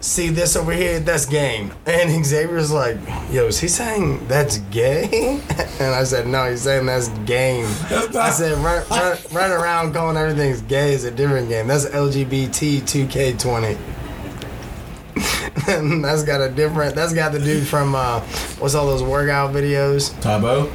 See this over here, that's game. And Xavier's like, yo, is he saying that's gay? And I said, no, he's saying that's game.
That's
I
not-
said, run, run, run around calling everything's gay is a different game. That's LGBT 2K20. And that's got a different. That's got the dude from uh, what's all those workout videos?
Tybo.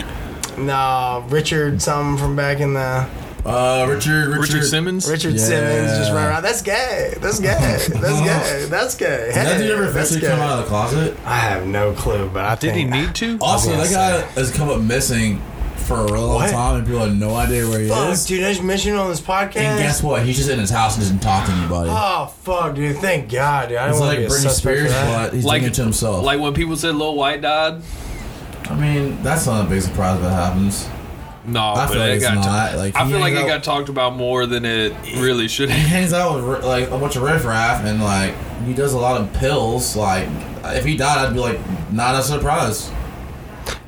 Nah, Richard, something from back in the
Uh, Richard. Richard,
are. Richard Simmons.
Richard Simmons just
Yeah.
run around. That's gay. That's gay. That's gay. That's gay.
Did that
Hey,
dude ever
that's
officially
gay."
come out of the closet?
I have no clue, but I
Did he
think-
need to?
Also,
gonna
that guy has come up missing for a really long
What?
time, and people have no idea where he
Fuck,
is.
dude, I just mentioned it on this podcast.
And guess what? He's just in his house and doesn't talk to anybody.
oh fuck, dude! Thank God, dude. I
it's
don't want
like
to be a
Britney
suspect for
Spears,
that.
but he's doing it to himself.
Like when people said Lil White died.
I mean, that's not a big surprise if it happens.
No,
I
but
feel like
it
it's
got
not.
ta-
Like,
I
he
feel like
hangs
it
out-
got talked about more than it really should
He
have.
hangs out with like a bunch of riffraff and like he does a lot of pills. Like if he died, I'd be like, not a surprise.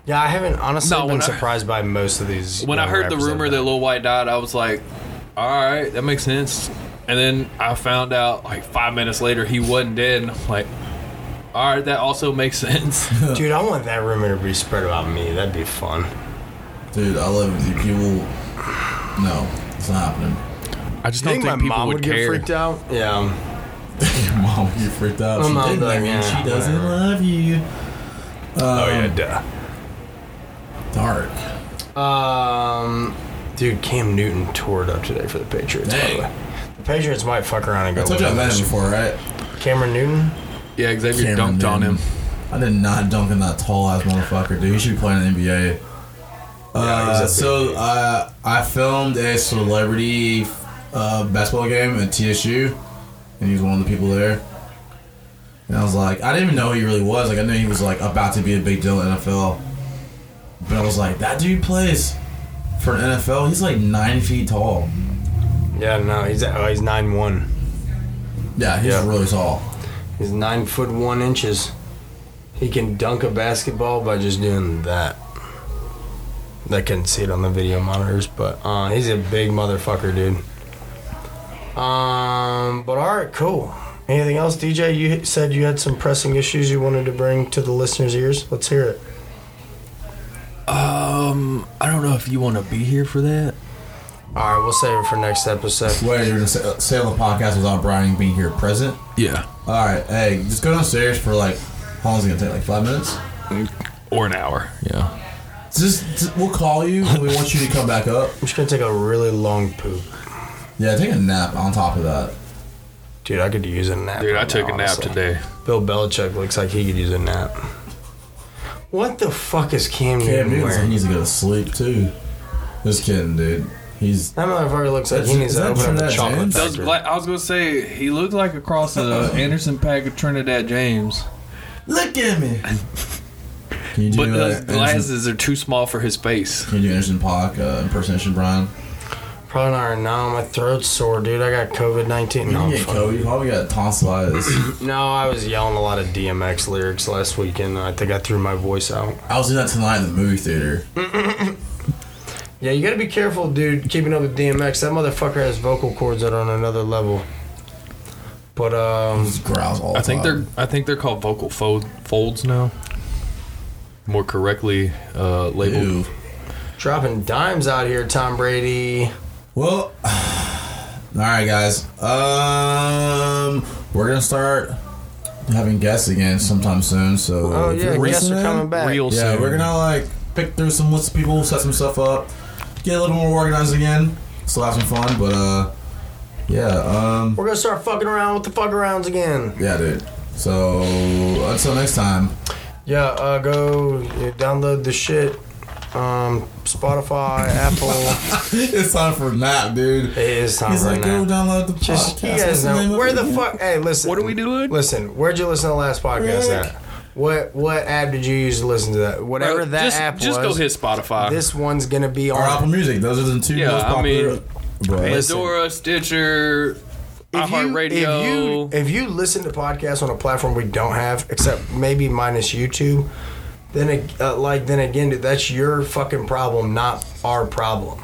Yeah, I haven't honestly
No,
been
when I-
surprised by most of these.
When I heard the rumor that Lil White died, I was like, all right, that makes sense. And then I found out like five minutes later he wasn't dead. And I'm like, all right, that also makes sense.
that, dude, I want that rumor to be spread about me. That'd be fun.
Dude, I love you. People. No, it's not happening.
I just don't think, people would, care.
out? Um, Yeah,
Your mom, you freaked out.
My
she
mom
didn't
be like,
love you.
"Yeah,
she doesn't
whatever."
love you.
oh yeah, duh.
Um,
Dark.
Um, dude, Cam Newton toured up today for the Patriots. By
Dang.
the, way. the Patriots might fuck around and go.
I told you I
win
met him
this.
before, right?
Cameron Newton.
Yeah, Xavier
Cameron
dunked on him.
Newton. I did not dunk in that tall ass motherfucker, dude. He should be playing in the NBA.
he's a
Uh,
big
so uh, I filmed a celebrity uh, basketball game at TSU, and he was one of the people there. And I was like, I didn't even know who he really was. Like I knew he was like about to be a big deal in the NFL, but I was like, that dude plays for an NFL. He's like nine feet tall.
Yeah, no, he's oh, he's nine one.
Yeah, he's
Yeah.
really tall.
He's nine foot one inches. He can dunk a basketball by just doing that. I couldn't see it on the video monitors, but uh, he's a big motherfucker, dude. Um, but all right, cool. Anything else, DJ? You said you had some pressing issues you wanted to bring to the listeners' ears. Let's hear it.
Um, I don't know if you want to be here for that.
All right, we'll save it for next episode.
Wait, you're gonna sa- sail the podcast without Brian being here present?
Yeah,
All right, hey, just go downstairs for like how long's it gonna take? Like five minutes.
or an hour. Yeah.
Just, just- we'll call you. and We want you to come back up.
I'm just gonna take a really long poop,
Yeah, take a nap on top of that.
dude. I could use a nap.
Dude, I
right
took
now,
a nap
honestly.
today.
Bill Belichick looks like he could use a nap. What the fuck is Cam
Cam
Newton
Newton he
wearing?
needs to go to sleep too. Just kidding, dude. He's
That motherfucker looks like he
That's-
needs
is
to
that
open up a
Trinidad
chocolate
James?
That was
factory.
like, I was gonna say he looked like a cross of Anderson Pack of Trinidad James,
look at me. Can you do
but
uh,
his
Anderson-
glasses are too small for his face.
Can you do Anderson Park uh, impersonation, Brian?
Probably not right now. My throat's sore, dude. I got COVID nineteen.
You
No,
can
I'm
get
fucking-
Kobe. You probably got tonsillitis.
no, I was yelling a lot of DMX lyrics last weekend. I think I threw my voice out.
I was doing that tonight in the movie theater.
Yeah, you gotta be careful, dude. Keeping up with DMX. That motherfucker has vocal cords that are on another level. But um,
Just growls all the
I think
time.
they're I think they're called vocal fold, folds now. More correctly uh,
Ew.
labeled.
dropping dimes out here, Tom Brady.
Well, all right, guys. Um, we're gonna start having guests again sometime soon. So,
Oh
if
yeah,
you're
guests are
listening,
coming back.
Real
Yeah,
soon.
we're gonna like pick through some lists of people, set some stuff up, get a little more organized again. Still have some fun, but uh, yeah, um,
We're gonna start fucking around with the fuck arounds again.
yeah, dude. So until next time,
Yeah, uh, go yeah, download the shit. Um, Spotify, Apple.
it's time for nap, dude.
It is time
He's
for
like,
a
go
nap.
download the
Just you
podcast.
guys
What's the name
know
of
where
it?
the fuck. Hey, listen.
What are we doing?
Listen, where'd you listen to the last podcast
Rick.
at? What what app did you use to listen to that? Whatever
Bro,
that
Uh, just,
app
just
was.
go hit Spotify.
This one's gonna be
Or Apple
on.
Music. Those are the two
Yeah,
most
I
popular.
mean,
Bro,
listen.
Pandora, Stitcher,
If you-
iHeartRadio.
If you, if you listen to podcasts on a platform we don't have, except maybe minus YouTube, then it, uh, like then again, dude, that's your fucking problem, not our problem.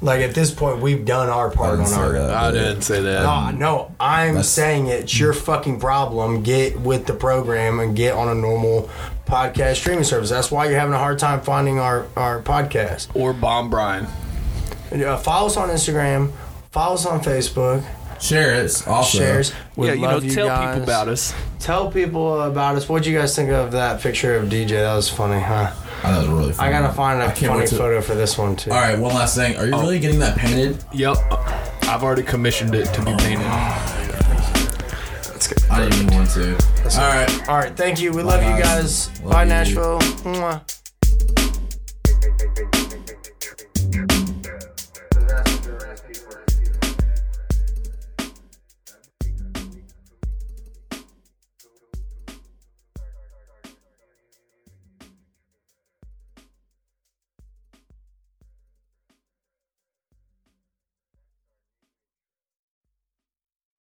Like at this point, we've done our part
didn't
on
say
our.
that.
I didn't say that.
No,
Um,
no, I'm saying it's
Mm.
your fucking problem. Get with the program and get on a normal podcast streaming service. That's why you're having a hard time finding our, our podcast.
Or Bomb Brian.
Uh, follow us on Instagram. Follow us on Facebook.
share it. Also,
Shares. We
yeah, you know,
love
tell
guys.
people about us.
Tell people about us. What do you guys think of that picture of DJ? That was funny, huh?
I know it's really. Fun.
I gotta find a
Mm. I can't
funny
wait to-
photo Oh. for this one too.
All right, one last thing. Are you really getting that painted?
Yep. I've already commissioned it to be painted.
Let's get-
I didn't even want to. All right.
All right, thank you. We love you
guys.
guys.
Love
Bye,
you.
Nashville. Mwah.
Disaster people.